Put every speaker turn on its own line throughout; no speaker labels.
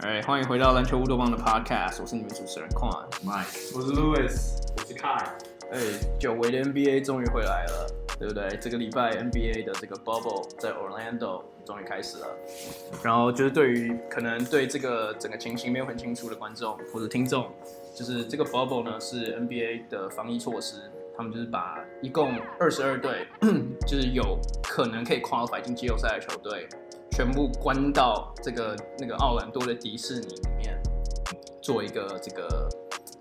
哎迎回到篮球乌托邦的 Podcast，我是你们主持人 Quan。
Mike，
我是 Louis，我是 Kai。
哎，久违的 NBA 终于回来了，对不对？这个礼拜 NBA 的这个 bubble 在 Orlando 终于开始了。然后就是对于可能对这个整个情形没有很清楚的观众或者听众，就是这个 bubble 呢是 NBA 的防疫措施，他们就是把一共二十二队， 就是有可能可以 qualify 进季后赛的球队，全部关到这个那个奥兰多的迪士尼里面，做一个这个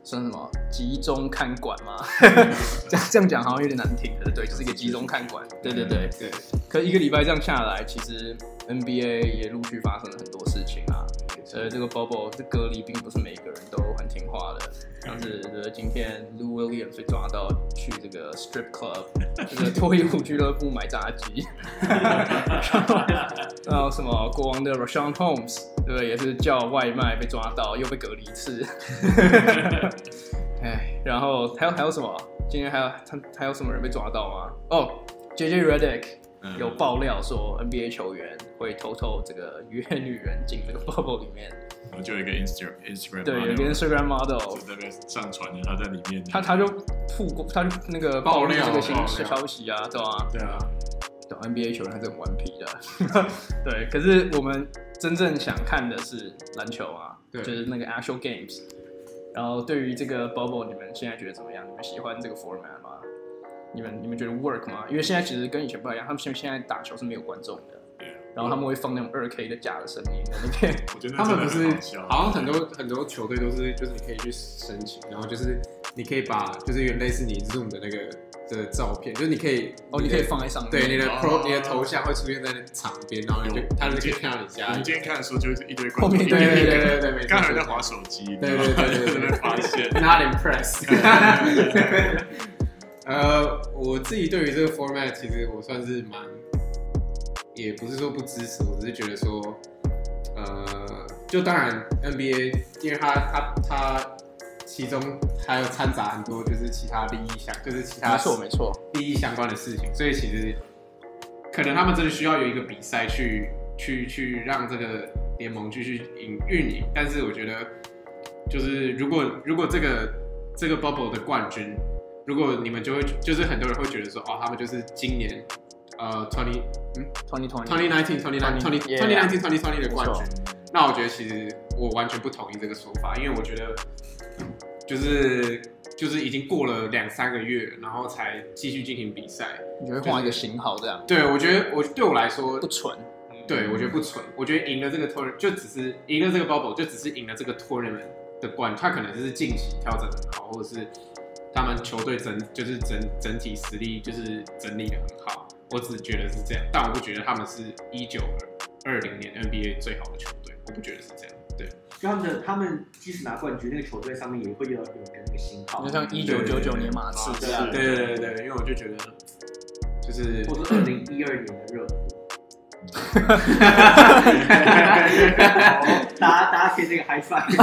算什么集中看管吗？ 这样这样讲好像有点难听，可是对，就是一个集中看管，对对对。
对，
可一个礼拜这样下来，其实 NBA 也陆续发生了很多事情啊。所以这个 bubble 这隔离并不是每一个人都很听话的，像是呃今天 Lou Williams 被抓到去这个 strip club，这个脱衣舞俱乐部买炸鸡，然后什么国王的 Rashawn Holmes，对不对？也是叫外卖被抓到，又被隔离一次。哎，然后还有还有什么？今天还有他还有什么人被抓到吗？哦，JJ Redick
嗯
有爆料说 NBA 球员会偷偷这个约女人进这个 bubble 里面，
然后就有一个 Insta Instagram，
对，有一个
model
Instagram
就
model，
在那边上传的，他在里面，
他他就曝光，他就那个
爆料
露这个新
爆料
消息啊，对吧、
对啊，
对 NBA 球员还是很顽皮的， 对。可是我们真正想看的是篮球啊，
对
就是那个 actual games。然后对于这个 bubble，你们现在觉得怎么样？你们喜欢这个 format 吗？你们你们觉得 work 吗？因为现在其实跟以前不太一样，他们现现在打球是没有观众的，然后他们会放那种二 K 的假的声音在那边。
我 觉得
他们不是好像很
多
多很多球队都是，就是你可以去申请，然后就是你可以把就是有点类似你 Zoom 的那个的照片，就是你可以
哦，你可以放在上面。
对你的 Pro
哦
你的头像会出现在场边，然后你就他就可以看到你家
我
里
们。今天看的时候就是一堆
后
观众，
面
对对
一堆
对 对对，没错
刚才有人在划手机，你知道
对
吗
对
在那
对对
边
对，
发 现，
Not impressed 。 呃，我自己对于这个 format，其实我算是蛮，也不是说不支持，我只是觉得说，呃，就当然 NBA，因为它它它其中还有掺杂很多就是其他利益相，就是其他
没错没错，
利益相关的事情，所以其实可能他们真的需要有一个比赛去去去让这个联盟继续营运营。但是我觉得，就是如果如果这个这个 bubble 的冠军，如果你们就会就是很多人会觉得说，哦，他们就是今年呃 twenty
，Tony
twenty
Tony。
nineteen twenty nine twenty
Yeah
twenty nineteen twenty twenty 的冠
没
军。那我觉得其实我完全不同意这个说法，因为我觉得就是就是已经过了两三个月，然后才继续进行比赛。
你就会画一个型号这样，
对我觉得我对我来说
不，蠢。
对我觉得不蠢。我觉得赢了这个 tournament 就只是赢了这个 bubble 就只是赢了这个 tournament 的冠军，他可能就是近期调整很好，或者是他们球队整就是整整体实力就是整理的很好。我只觉得是这样，但我不觉得他们是一九二零年 NBA 最好的球队，我不觉得是这样。对，
就他们的他们即使拿冠军，那个球队上面也会有有一个那个星号
就，像一九九九年马刺这样，
对
对对对对，因为我就觉得就是
或者二零一二年的热火。好大家大家可以这个 high five。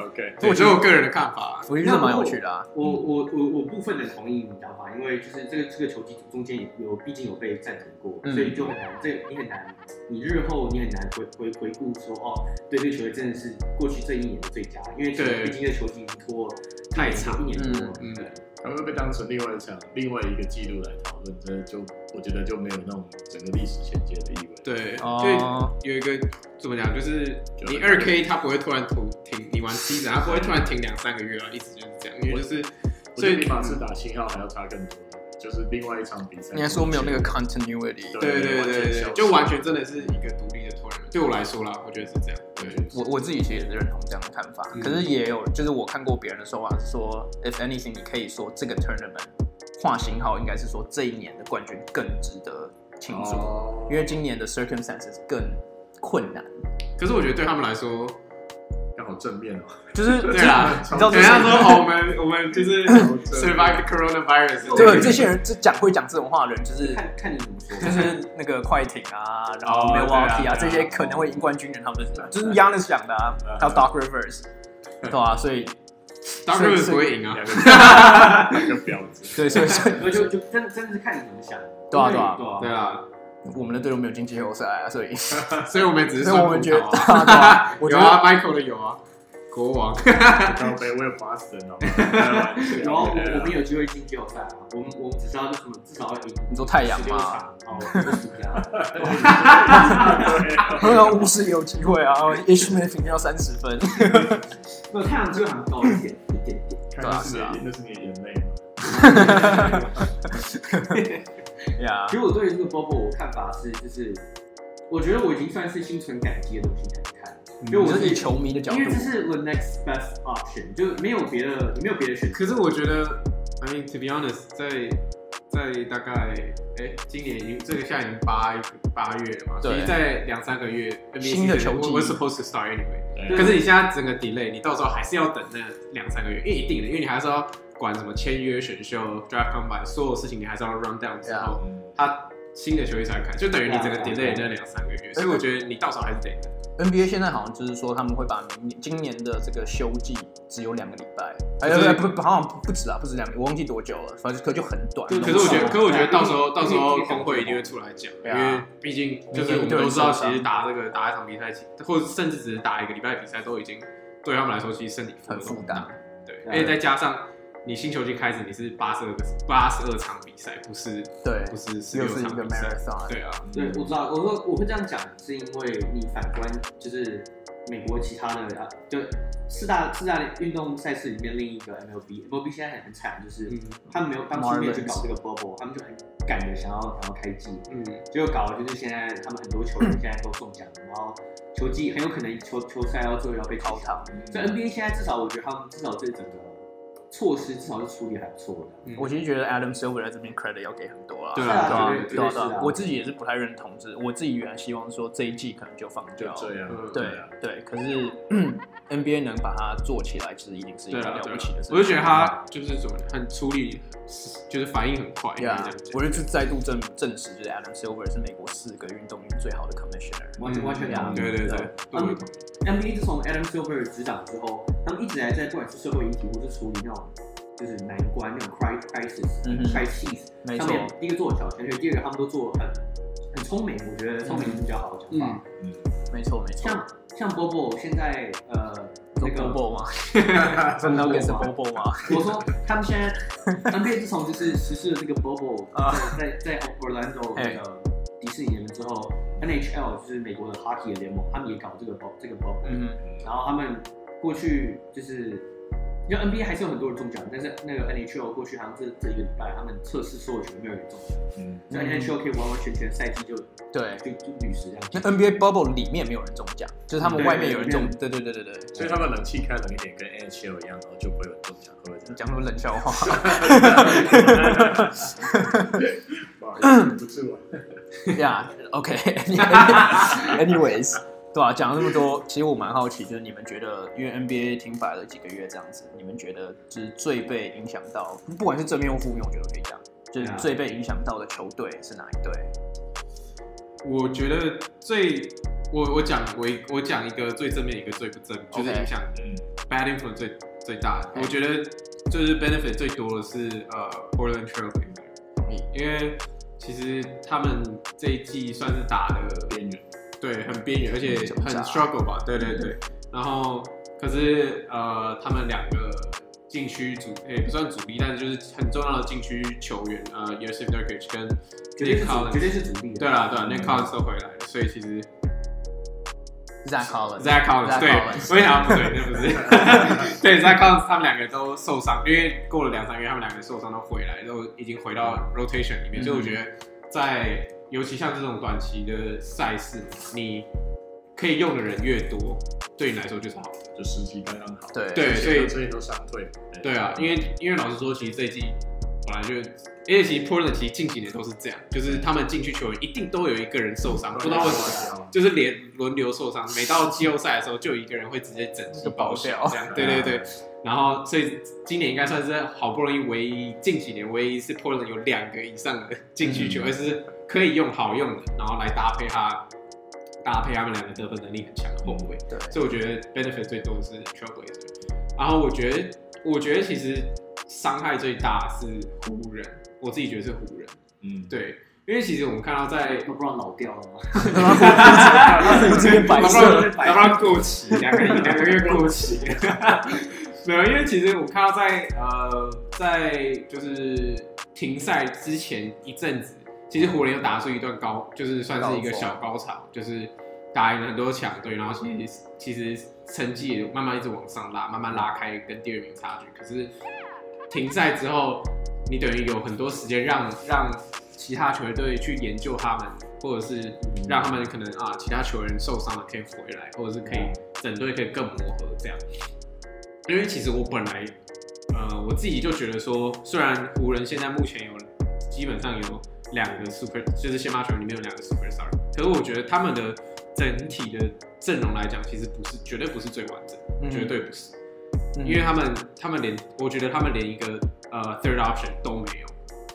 OK，
我觉得我个人的看法啊，
我觉得蛮有趣的啊。
我我我我部分的同意你的讲法，因为就是这个这个球季中间有毕竟有被暂停过，
嗯
所以就很难，这个你很难，你日后你很难回回回顾说哦，对这个球队真的是过去这一年的最佳，因为其实
对
毕竟这个球季已经拖了
太长
一年多了，
嗯嗯
对。
然后又被当成另外一场另外一个记录来讨论，真的就我觉得就没有那种整个历史衔接的意味。
对，就
哦，
有一个怎么讲，就是
就
你
很
二 K 它不会突然停停，你玩 season 它不会突然停两三个月啊，一直就是这样，因为就是
所
所
以
以
比马刺打七号还要差更多，就是另外一场比赛。
应该说没有那个 continuity。
对对
完全
对对
消
对，
失
就完全真的是一个独立的 tournament。对我来说啦，我觉得是这样。对，
我我自己其实也是认同这样的看法，
嗯
可是也有就是我看过别人的说法是说，if anything，你可以说这个 tournament 划型号应该是说这一年的冠军更值得庆祝，
哦
因为今年的 circumstances 更困难。
可是我觉得对他们来说，
刚好正 面哦。
就是
对啦，
你知道这
等一
些
下说哦，我们我们就是 survive the coronavirus。
对这些人这讲会讲这种话的人，就是
看看你怎么 说。
就是那个快艇啊，然后
哦
Milwaukee
对
啊
啊
这些可能会赢冠军的人，他们就是就是 Yanis 讲的啊，还有 Doc Rivers，对吧、所以
当然不会赢啊
两。个两个婊子。
对，所以所以
就就就真真的是看你怎么想，
对啊对啊
对啊
对啊，
我们的队伍没有进季后赛啊，所以
所以我们只是
所以
算
我们
葡
觉得
萄
对啊
啊，
我觉
有
得
啊，Michael 的有啊，国王
靠背我有 Boston 哦，开玩 笑
然后我们有机会进季后赛啊，我们我们只是要什么，至少要赢
你说太阳
十六
嘛，
场，哦，不是这样，
啊
没有巫师也有机会啊 i s h m a 平均要三十分，
没有太阳这个很高一点，一点点，
看那啊是你的那是你的眼泪吗？
呀
其，实我对这个 Bobo 我看法是，就是我觉得我已经算是心存感激的东西在看，因为
我
我
这
是
是以球迷的角度
因为，这是 the next best option，就没有别的，没有别的选择。
可是我觉得，I mean to be honest，在在大概哎，今年已经这个现在已经八八月了嘛，
对
其实在两三个月 NBA
新的球季
我 supposed to start anyway。
对
对
可是你现在整个 delay，你到时候还是要等那两三个月，因为一定的，因为你还是要管什么签约、选秀、draft combine 所有事情，你还是要 run down 之后，
嗯
他新的球衣才开，就等于你整个
Yeah,
delay
yeah.
那两三个月，所以我觉得你到时候还是得等。
NBA 现在好像就是说他们会把明年今年的这个休季只有两个礼拜，哎
就是
不不好像不不止啊，不止两个，我忘记多久了，反正可就很短。
对
可是我觉得，
对
可是我觉得到时候
对
到时候
对
工会一定会出来讲，因
对啊
为毕竟就是我们都知道，其实打这个打一场比赛，或者甚至只是打一个礼拜比赛，都已经对他们来说其实身体
很
负
负
荷
担啊
大。对，
对
而且再加上你新球季开始，你是八十二个八十二场比赛，不是
对，
不是十
又
六
是一
场
个
比赛。
marathon，
对啊，
对，我知道，我说我会这样讲，是因为你反观就是美国其他的啊，就四大四大运动赛事里面另一个 MLB，MLB 现在很很惨，就是
嗯
他们没有当初没有去
Marlins
搞这个 bubble，他们就很赶着想要想要开季，
嗯，
结果搞的就是现在他们很多球员现在都中奖，然后球季很有可能球球赛到最后要被淘汰。
嗯
所以 NBA 现在至少我觉得他们至少这整个措施至少是处理还不错的。
嗯
我其实觉得 Adam Silver 在这边 credit 要给很多啦。
对
啊，
啊
啊
绝对绝
啊
对是
啊
啊！
我自己也是不太认同，是我自己原来希望说这一季可能就放
嗯就
掉，
这样，
对
啊，
对。可是 NBA 能把它做起来，其实已经是一
对
个
啊，
了
对
不
啊
起的事情。
我就觉得他就是怎么讲很出力，就是反应很快，应该这
呀
样讲
啊我就去再度证证实，就是 Adam Silver 是美国四个运动员最好的 commissioner。
完全完全
嗯
同意。
对对对
对，
我也同意
NBA 自从 Adam Silver 执掌之后，他们一直还在不管是社会议题，或是处理那种就是难关那种 cri- crisis、
嗯哼
crisis，
没
他
错
们，也第一个做小圈圈，第二个他们都做得很很聪明，我觉得聪明是比较好的讲法。
嗯，
没错，没错。
像像 Bobo 现在呃
做
那个
Bobo 吗？ 真的给是 Bobo 吗？
我说他们现在 NBA 自从就是实施了这个 bubble，
啊
在在在 Orlando
嘿
那个迪士尼联盟之后，NHL 就是美国的 hockey 的联盟，他们也搞这个 bubble 这个 bubble，、
嗯哼，
然后他们过去就是。因为 NBA 还是有很多人中奖，但是那个 NHL 过去好像这这一个礼拜，他们测试所有球员没有人中奖，
嗯，
所以
嗯
NHL 可以完完全全赛季就就
对。
就陨石这样。
那 NBA bubble 里面没有人中奖，就是他们
对
外面有人中。
里
对对对对对，
所以他们冷气开冷一点，跟 NHL 一样，然后就不会有中奖，会不会这样？
讲什么冷笑话？
不好意思，不是我。
Yeah，OK、Anyways，对啊，讲了那么多，其实我蛮好奇，就是你们觉得，因为 NBA 停摆了几个月这样子，你们觉得就是最被影响到，不管是正面或负面，我觉得都可以讲，就是最被影响到的球队是哪一队？
我觉得最我我讲我一我讲一个最正面，一个最不正，就是
OK
影响
嗯
bad influence 最最大的。
嗯
我觉得就是 benefit 最多的是呃 Portland Trailblazer，
嗯
因为其实他们这一季算是打的
边缘，
对很边缘，而且
挣
很
扎
struggle 吧，对对
嗯
对。然后可是呃他们两个。禁区主也、不算主力，但是就是很重要的禁区球员，呃 y o s i f Nurkic 跟
绝对是
Nick
主
Collins，
绝对是主力的。嗯
对啦对啦，Nick Collins 都回来了，所以其实
Zach Collins。
哦 Zach Collins，
Zach
对
Collins，
我也想不对，那不是， 对 Zach Collins 他们两个都受伤，因为过了两三个月，他们两个受伤都回来，都已经回到 rotation 里面，
嗯
所以我觉得在尤其像这种短期的赛事，你可以用的人越多，对你来说就是好的。
就时机刚刚好。
对
对所以
所以都伤退。
对啊，因为因为老实说，其实这一季本来就，因为其实 Portland 其实近几年都是这样，就是他们禁区球员一定都有一个人受伤，不知道为什么。
么。
就是连轮流受伤，每到季后赛的时候，就有一个人会直接整季报销
就爆掉
这样。对对对，然后所以今年应该算是好不容易唯一近几年唯一是 Portland 有两个以上的禁区
嗯
球，而是可以用好用的，然后来搭配他搭配他们两个得分能力很强的后卫。
对，
所以我觉得 benefit 最多的是 Trailblazer。然后我觉得，我觉得其实伤害最大是湖人，我自己觉得是湖人。
嗯，
对，因为其实我们看到在
要哎不然老掉了吗？
胡子变白色了，
要不然过期，两个两个月过期。 没有，因为其实我看到在呃，在就是停赛之前一阵子，其实湖人有打出一段高，就是算是一个小高潮，就是打赢了很多强队，然后其实其实成绩也慢慢一直往上拉，慢慢拉开跟第二名差距。可是停赛之后，你等于有很多时间让让其他球队去研究他们，或者是让他们可能啊其他球员受伤了可以回来，或者是可以整队可以更磨合这样。因为其实我本来呃我自己就觉得说，虽然湖人现在目前有基本上有两个 super，就是先发球员里面有两个 super star，可是我觉得他们的整体的阵容来讲，其实不是绝对不是最完整，
嗯
绝对不是，
嗯
因为他们他们连我觉得他们连一个呃 third option 都没有。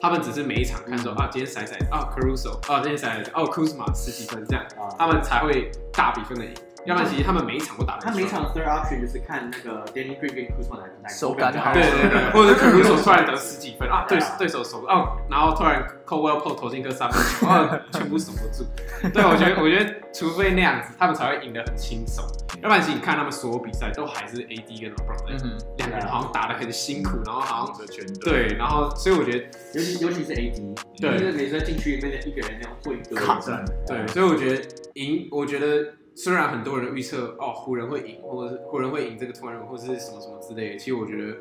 他们只是每一场看说、啊，今天塞塞啊，Caruso 啊，今天塞塞哦，Kuzma 十几分这样，
啊
他们才会大比分的赢。要不然其实他们每一场都打得
他
很
每
爽
场 third option 就是看那个 Danny Green 跟 Kuzma 来来
手感好
啊对对对，或者可能手突然得十几分啊，对对手守不哦，然后突然 Cowell p o 投进个三分 球，啊，全部守不住。对，我觉得我觉得除非那样子，他们才会赢得很轻松，要不然其实你看他们所有比赛都还是 AD 跟 LeBron
嗯
在
哼，
两个人好像打得很辛苦，然后好
扛
像
着全队，
对，然后所以我觉得
尤其尤其是 AD，
对
就是每次在禁区里面的一个人那样混一个
抗战，
对，所以我觉得赢，我觉得虽然很多人预测哦湖人会赢，或者是湖人会赢这个 tournament 或是什么什么之类的，其实我觉得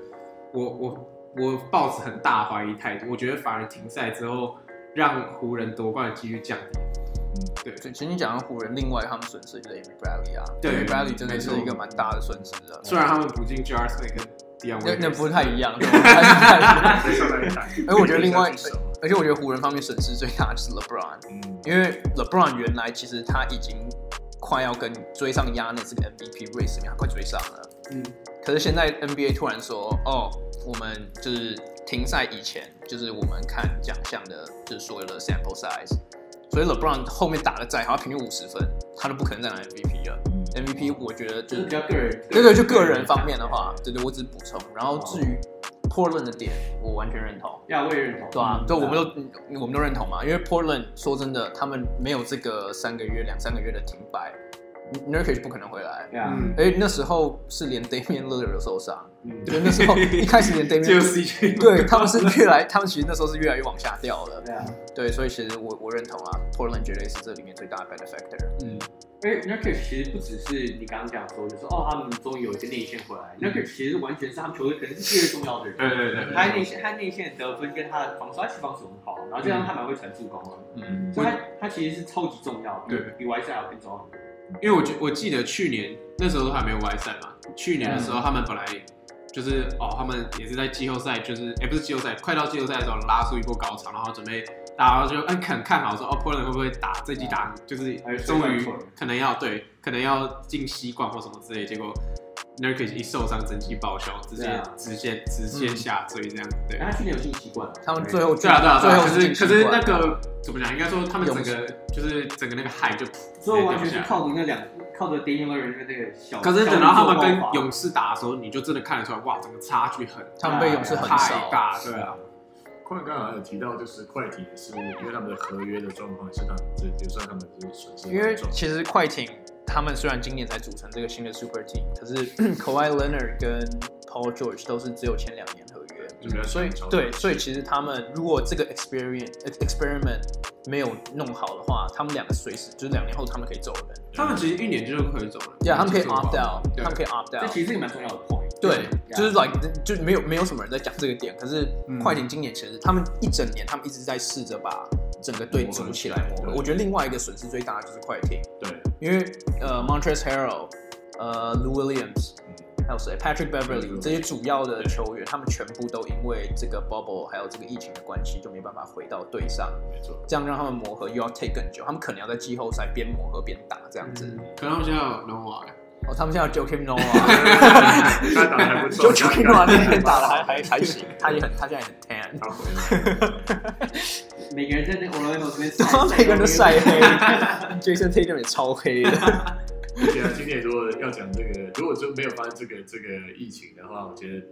我我我抱着很大怀疑态度，我觉得反而停赛之后让湖人夺冠的几率降低。
对，其实你讲到湖人，另外他们损失就是 Avery Bradley 啊
对
，Avery Bradley 真的
没
是
错
一个蛮大的损失的，
虽然他们不进 j a r s m i t 跟 Dion，
那那
Waiters
不太一样，对不太一 样
再上来打。
而哎我觉得另外
一手，
而且我觉得湖人方面损失最大的是 LeBron，
嗯，
因为 LeBron 原来其实他已经快要跟追上亚内这个 MVP race 里面，他快追上了。
嗯，
可是现在 NBA 突然说，哦，我们就是停赛以前，就是我们看奖项的，就是所有的 sample size，所以 LeBron 后面打的再好，他平均五十分，他都不可能再拿 MVP 了。MVP
嗯
我觉得就
就是
是
比较个人，
对对，就个人方面的话，对对，我只是补充。然后至于 Portland 的点，我完全认同。
要为认同，
对啊，
嗯
对，我们都我们都认同嘛，因为 Portland 说真的，他们没有这个三个月、两三个月的停摆 n u r k i c 不可能回来。
对啊，
嗯
哎、那时候是连 Damian Lillard 都受伤，
嗯，
就那时候一开始连
就
Damian，
CJ，
对他们是越来，他们其实那时候是越来越往下掉了。
对啊，
对，所以其实我我认同啊，Portland 绝对是这里面最大的 benefactor。
嗯，
因为 Nurkic 其实不只是你刚刚讲说，就是哦，他们终于有一个内线回来，Nurkic
嗯
其实完全是他们球队可能是第二重要的人。
对对对对，
他内线，他内线得分跟他的防守，他其实防守很好，然后加上他蛮会传助攻的，
嗯，
所以他他其实是超级重要的，
对
比 Y 赛还要更重要。
因为我记我记得去年那时候都还没有外赛嘛，去年的时候他们本来就是哦，他们也是在季后赛，就是哎、不是季后赛，快到季后赛的时候拉出一波高潮，然后准备大家就嗯看看好说哦，Portland 会不会打这季打就是
哎
终
对
于
没错
可能要对可能要进西冠或什么之类，结果 Nurkic 一受伤整季报销，直接、
对啊哎
直接直接下坠这样，对。
然后他去年有进习惯了，
他们最后
对啊，对啊，对
最
啊，
后
可是
进
可
习
是
惯
那个怎么讲？应该说他们整个就是整个那个海就
所以完全
直接掉下来
是靠着那两靠着 Damian l i l l 的那个小，
可是等到他们跟
小
勇士打的时候，你就真的看得出来，哇，整个差距很
他们被勇士很
太
少。
大，对啊，
快刚好有提到，就是快艇是因为他们的合约的状况是他们这也算他们是损失
因为
很重，
其实快艇他们虽然今年才组成这个新的 Super Team，可是 Kawhi Leonard 跟 Paul George 都是只有签两年合约，
就比较
所以
少
对，所以其实他们如果这个 experiment experiment 没有弄好的话，他们两个随时就是两年后他们可以走人，
他们其实一年就可以走了，
对，他们可以
啊就是
opt out，
对
他们可以 opt
这
out。
其实是一个蛮重要的 point。
对，就是
Yeah
like 就没有没有什么人在讲这个点，可是
嗯
快艇今年其实他们一整年他们一直在试着把整个队组起来磨合。
对
我觉得另外一个损失最大的就是快艇，
对，
因为呃 Montrezl Harrell、呃 Lou Williams，还有谁嗯 Patrick Beverly 这些主要的球员，他们全部都因为这个 bubble 还有这个疫情的关系，就没办法回到队上，
没错，
这样让他们磨合又要 take 更久，他们可能要在季后赛边磨合边打这样子。
嗯可能他们现在有 n o a
哦，他们现在有 Joakim Noah，
他打的还不 错
Joakim Noah 那天打的还还还行，他也很他现在也很 tan。
他回来了，
每个人在那 Orlando 这边晒
然后每个人都晒黑 ，Jason Tatum 也超黑 的。
对啊，今年如果要讲这个，如果就没有发生这个这个疫情的话，我觉得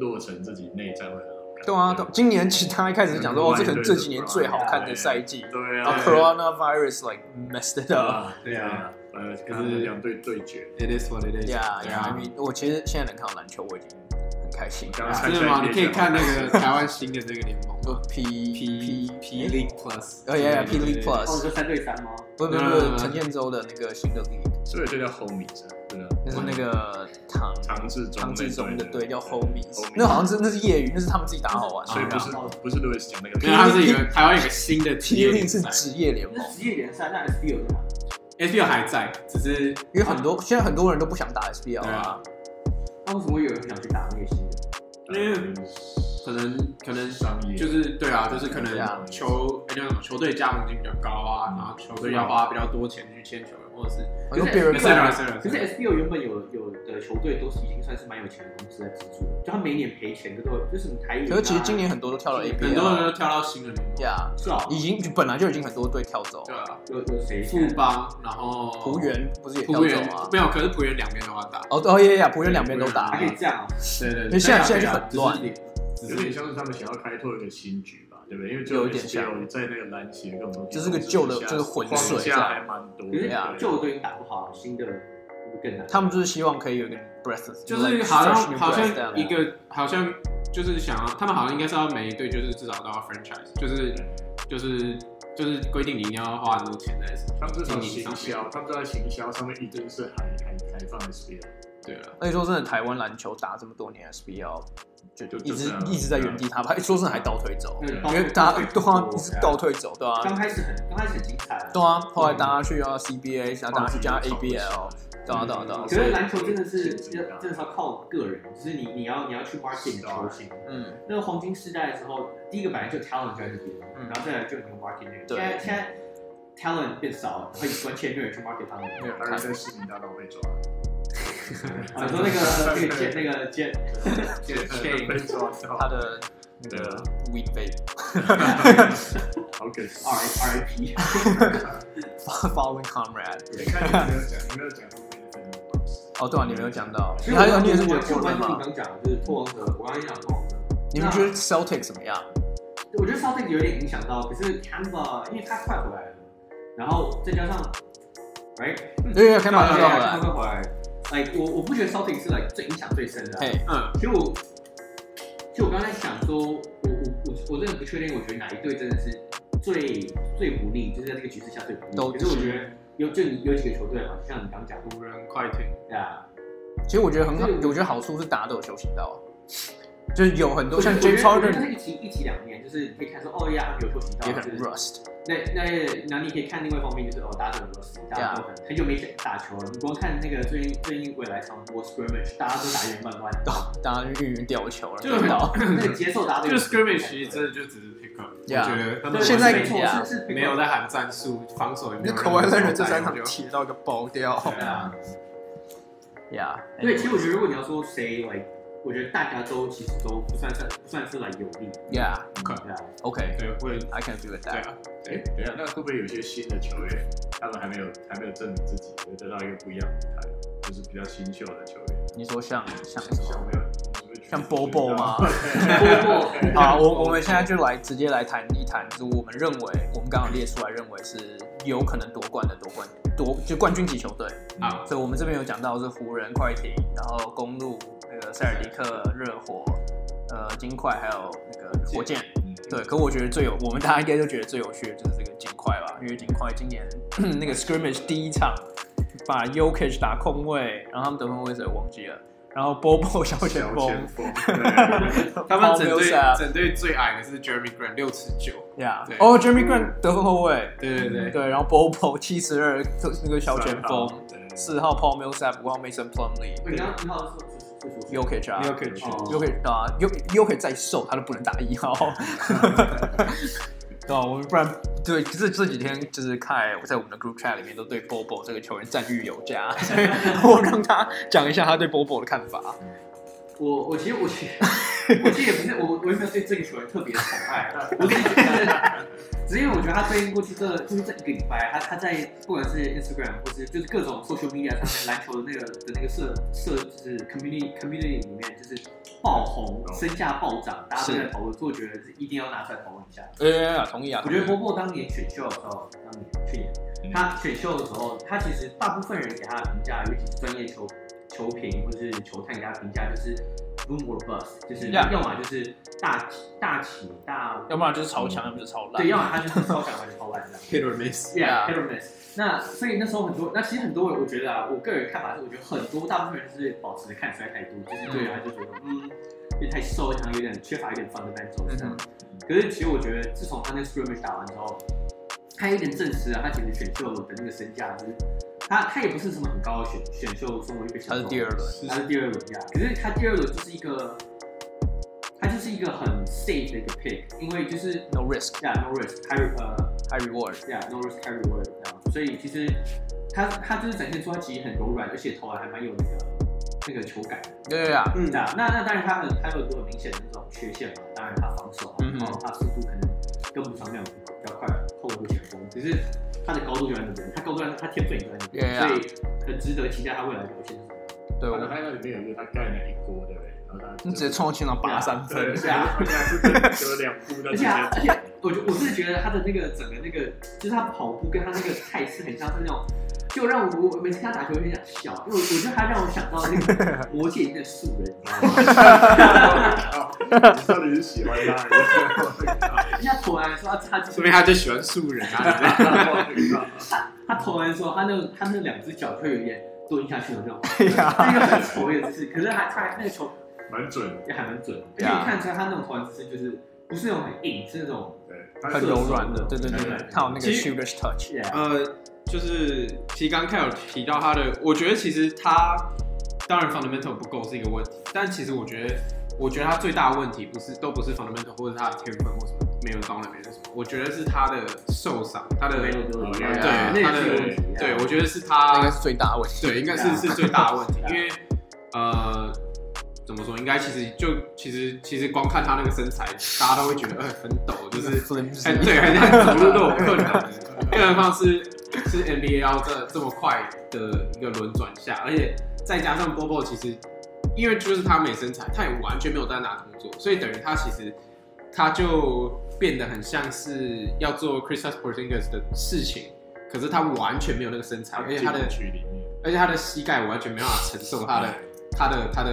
洛城自己内战会很好看。
对啊，对今年其实他一开始讲说，哦，这可能这几年最好看的赛季，
对
然后
啊，
coronavirus like messed it
对
up。
啊，
对啊，
呃，跟他们两队对决，
It is what it is。
Yeah,
对
yeah.
啊
I mean，我其实现在能看到篮球，我已经很开心。
刚
啊
才
真的吗？你可以看那个台湾新的那个联盟
不 P
，P P
P，
League Plus。
哦，yeah, yeah, P
对
League
对对
Plus
哦，你说三对三吗？
不不
嗯嗯
不，
嗯
陈建州的那个新的 league，
所以这叫 homies，啊对啊，
那是那个唐
唐志中
唐志中的队叫 Homies，那
那
好像真的是业余，那是他们自己打好玩。
所以不是
啊
不是 Louis 讲那个
因为它是一个台湾有个啊新的
P
T
League 是职业联
那
盟，
职业联赛，那 SBL 的啊
SBL 还在，只是
因为很多现在很多人都不想打 SBL
对
啊
啊。
那为什么会有人想去打那个新的？
可能可能
商业
就是对啊，就是可
对啊嗯
能球哎那种球队加盟金比较高啊，然后球队要花比较多钱去签球员，或者是哎
很多
可是
别人
对
s
对
r
啊
s r
可是 SBL 原本有有的球队都是已经算是蛮有钱的公司在资助的，就他每年赔钱，都有就是什么台语、啊。
可是其实今年很多都跳了
很多人
ABL，
都跳到新的联盟，
呀，
是啊，
啊已经本来就已经很多队跳走，
对啊，
有有谁
富邦，然后
浦原不是也跳
浦原
走啊？
没有，可是浦原两边都要打，
哦哦耶呀，浦原两边都
还
打
可，以这样啊？
对对
因
对，
为现在现在
对啊
就很
对啊
乱
只是
有点像是他们想要开拓一个新局吧，对不对？因为只
有一点像
SBL 在那个篮协跟我们
就是个旧的就是混
框
水
架还蛮多
啊
可是
的，
旧的都已经打不好，新的会不会更难？
他们就是希望可以有一个 breath，
就是好像好像一个好像就是想要，他们好像应该是要每一队就是至少都要 franchise，就是就是就是规定你一定要花很多钱在
他们至少
经营
行
上面。
销，他们在行销上面一定是还还开放 SBL，
对啊了，
而且说真的，台湾篮球打这么多年 SBL，就
就
一
就
直
这样
一直在原地踏步，哎说真的还倒退走，
嗯
因为大家都好像一直倒退走，对
刚
啊，
开始很刚开始很精彩啊，
对啊，后来大家去啊 CBA，然后大家去加 ABL，对啊对啊对啊
可，是篮球真的是要真的是要靠个人，就是你你要你要去 market 你的球星。
嗯，
那个黄金时代的时候，第一个本来就 talent 就在那边，
嗯
然后再来就你有 market 那个。
对
现在现在 talent 变少了，然后你关键没有人去 market 他们。
没有
当
看，
然在市民大道被抓，
啊，你说那个那个剑那个剑，
被抓到，
他的那
对
个
啊
weed vape
好可 惜。
R R I P，
following comrade，
你看你没有讲，你没有讲后面的
哦对啊，你没有讲到，
所以
还有你也是
我
觉
我
得
就
破
关
分
注你
嘛？
刚讲的就是拓王者，我刚刚讲拓王者，
你们觉得 Celtic 怎么样？
我觉得 Celtic 有点影响到，可是 Canva 因为他快回来了，然后再加上，哎，
对对，开马上
对
到
啊
了，
Canva 回来，like 我我不觉得 Celtic 是 like 最影响最深的啊、
嘿，
嗯，
其实我，其实我刚才想说，我我我我真的不确定，我觉得哪一队真的是最最不利，就是在这个局势下最不利。
都
可是我觉得有就你有几个球队嘛，就像你刚讲，
湖人快艇，
对啊，
其实我觉得很好，
对
我觉得好处是大家都有休息到啊，就是有很多像
我觉得
James
我觉得
Harden
它一体一体两面，就是你可以看说，哦呀，他们有休息到，
也
就
很
是
rust，
那那那你可以看另外一方面，就是哦，大家都很多死，大家都很很久没打球了。你光看那个最近最近未来场波 scrimmage，大家都打得慢 慢的，
大家运营吊球了，
就是
知道
那个节奏打的
这个 scrimmage 其实真的就只是 pick up，我
啊 Yeah
觉得他们
对
现在
没错是是
没有在喊战术，防守也没
那
有。
口外 n 人这三场踢到一个爆掉
对
对啊
啊，
，Yeah，
对，其实我觉得如果你要说谁来，我觉得大家都其实都不算算不算是来有利，
Yeah，OK，I
对啊，
对会，
can do it
对
that，
啊，
哎，
对，
等一下，那会不会有些新的球员，他们还没有还没有证明自己，会得到一个不一样的舞台，就是比较新秀的球员，
你说像像什
像
么？
没有
像 Bobo 吗？
波波
好，我我们现在就来直接来谈一谈，就我们认为我们刚好列出来认为是有可能夺冠的夺冠夺就冠军级球队，
好，
所以我们这边有讲到是湖人、快艇，然后公路、那个塞尔迪克、热火、呃金块，还有那个火箭。
嗯
对，可我觉得最有，我们大家应该都觉得最有趣的就是这个金块吧，因为金块今年 那个 scrimmage 第一场把 y o k i c 打空位，然后他们得分位置我忘记了，然后 Bobo 小前
小前
锋，
锋，对
他们
Paul
整队
Millsap
整队最矮的是 Jeremy Grant 六尺九，
Yeah，
对
哦、j e r e m y Grant 得分后卫，
对对对，
对，然后 Bobo 七十二那个小前
三号
锋，，
对
四号 Paul Millsap，五号 Mason Plumlee。
你刚刚一号是是是
y o k i c 啊
y o k i c
哦
y o k i c 啊 y o y o k i c 再瘦他都不能打一号，对啊，我们不然对这这几天就是看在我们的 group chat 里面都对 Bobo 这个球员赞誉有加，所以我让他讲一下他对 Bobo 的看法。
我我其实我其实我其实也不是我我也没有对这个球员特别崇拜，啊我只是觉得，只是因为我觉得他最近过去这就是这一个礼拜，他他在不管是 Instagram 或是就是各种 social media 上面篮球的那个的那个社社就是 community community 里面，就是爆红，身价暴涨，大家都在讨论，所以我觉得一定要拿出来讨论一下。
呃，同意啊，
我觉得波波当年选秀的时候，当年去年他选秀的时候，他其实大部分人给他的评价，尤其是专业球球评或是球探给他评价，就是 boom or bust，就是
Yeah
要么就是大起大起大，
要不然就是超强，要不然就是超烂。
对，要么他就是超强，要么就超烂这
hit
样。
or miss。
Yeah
Yeah, hit or miss。那所以那时候很多，那其实很多人，我觉得啊，我个人看法是，我觉得很多大部分人就是保持着看衰态度，就是对他就觉得嗯，有点太瘦，好像有点缺乏一点 fundamental 这
嗯
样。可是其实我觉得，自从他那个 scrimmage 打完之后，他有点证实啊了他其实选秀的那个身价，就是他他也不是什么很高的选选秀中位被选
他
中
是第二轮，
他是第二轮呀，可是他第二轮就是一个，他就是一个很 safe 的一个 pick，因为就是
，no risk
呀 no risk，还有呃。
high reward。
Yeah, no risk carry word 这样，所以其实他他就是展现出他其实很柔软，而且投篮还蛮有那个那个球感的。
对啊，
嗯
那那那当然他很他有很多很明显的那种缺陷嘛，当然他防守啊，
嗯哼
然后他速度可能跟不上那种比较快的后卫前锋，只是他的高度就在那边，他高度在那他天分也在那边
Yeah,
所以很值得期待他未来的表现。
对
我
我
的 highlight 里面有一个他盖了一锅，对不对？然后他
你直接冲到全场拔三
对，
分
而，且而且还是隔两步到
而
直
且他而
接
且我就我是觉得他的那个整个那个，就是他跑步跟他那个态势很像是那种，就让我我每次看他打球有点想笑，因为我觉得他让我想到那 个魔界里面的素人，你知道
哦
吗？
哦你到底是喜欢他还
人家投篮的时候，他他
说明他就喜欢素人 啊，
是喜欢？
他投篮的时候，他那个他那两只脚会有一点蹲下去的那种，那个很丑也是，可是他他那个球
蛮准，
也还蛮准，而且
Yeah
看出来他那种投篮姿势就是不是那种很硬，是那种
对，
很柔软的，对对对
对，
他有那个
其实
shooter's touch。
yeah
呃，就是其实刚刚有提到他的，我觉得其实他当然 fundamental 不够是一个问题，但其实我觉得，我觉得他最大的问题不是都不是 fundamental 或者他的天分或什么没有到那边是什么，我觉得是他的受伤，他的
availability，
对
那
他
也
的
是一个问题，yeah
对，我觉得是
那应该
他
是最大的问题。
对应该
对
是
啊
是最大的问题，因
对啊
为呃。怎么说？应该其实就其实其实光看他那个身材，大家都会觉得呃很陡，就是
flimsy
哎， 对，很像走路都有困难的。更何况是是 NBA 要这这么快的一个轮转下，而且再加上 Bobo 其实因为就是他没身材，他也完全没有在拿工作，所以等于他其实他就变得很像是要做 Christmas Porzingis 的事情，可是他完全没有那个身材，而且他的
区里面，
而且他的膝盖完全没办法承受他的他的他的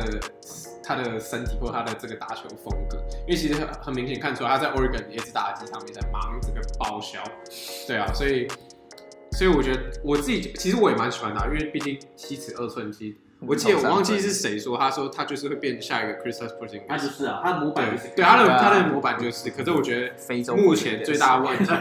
他的身体或他的这个打球风格，因为其实很很明显看出来他在 Oregon 也只打了几场比赛，忙整个报销，对啊，所以所以我觉得我自己其实我也蛮喜欢他，因为毕竟七尺二寸七，我记得我忘记是谁说，他说他就是会变下一个 Chris s p o r t i n
他
g
就是啊，他的模板就是
对对他的
对啊
他的模板就是，可是我觉得
非洲
目前最大的问题，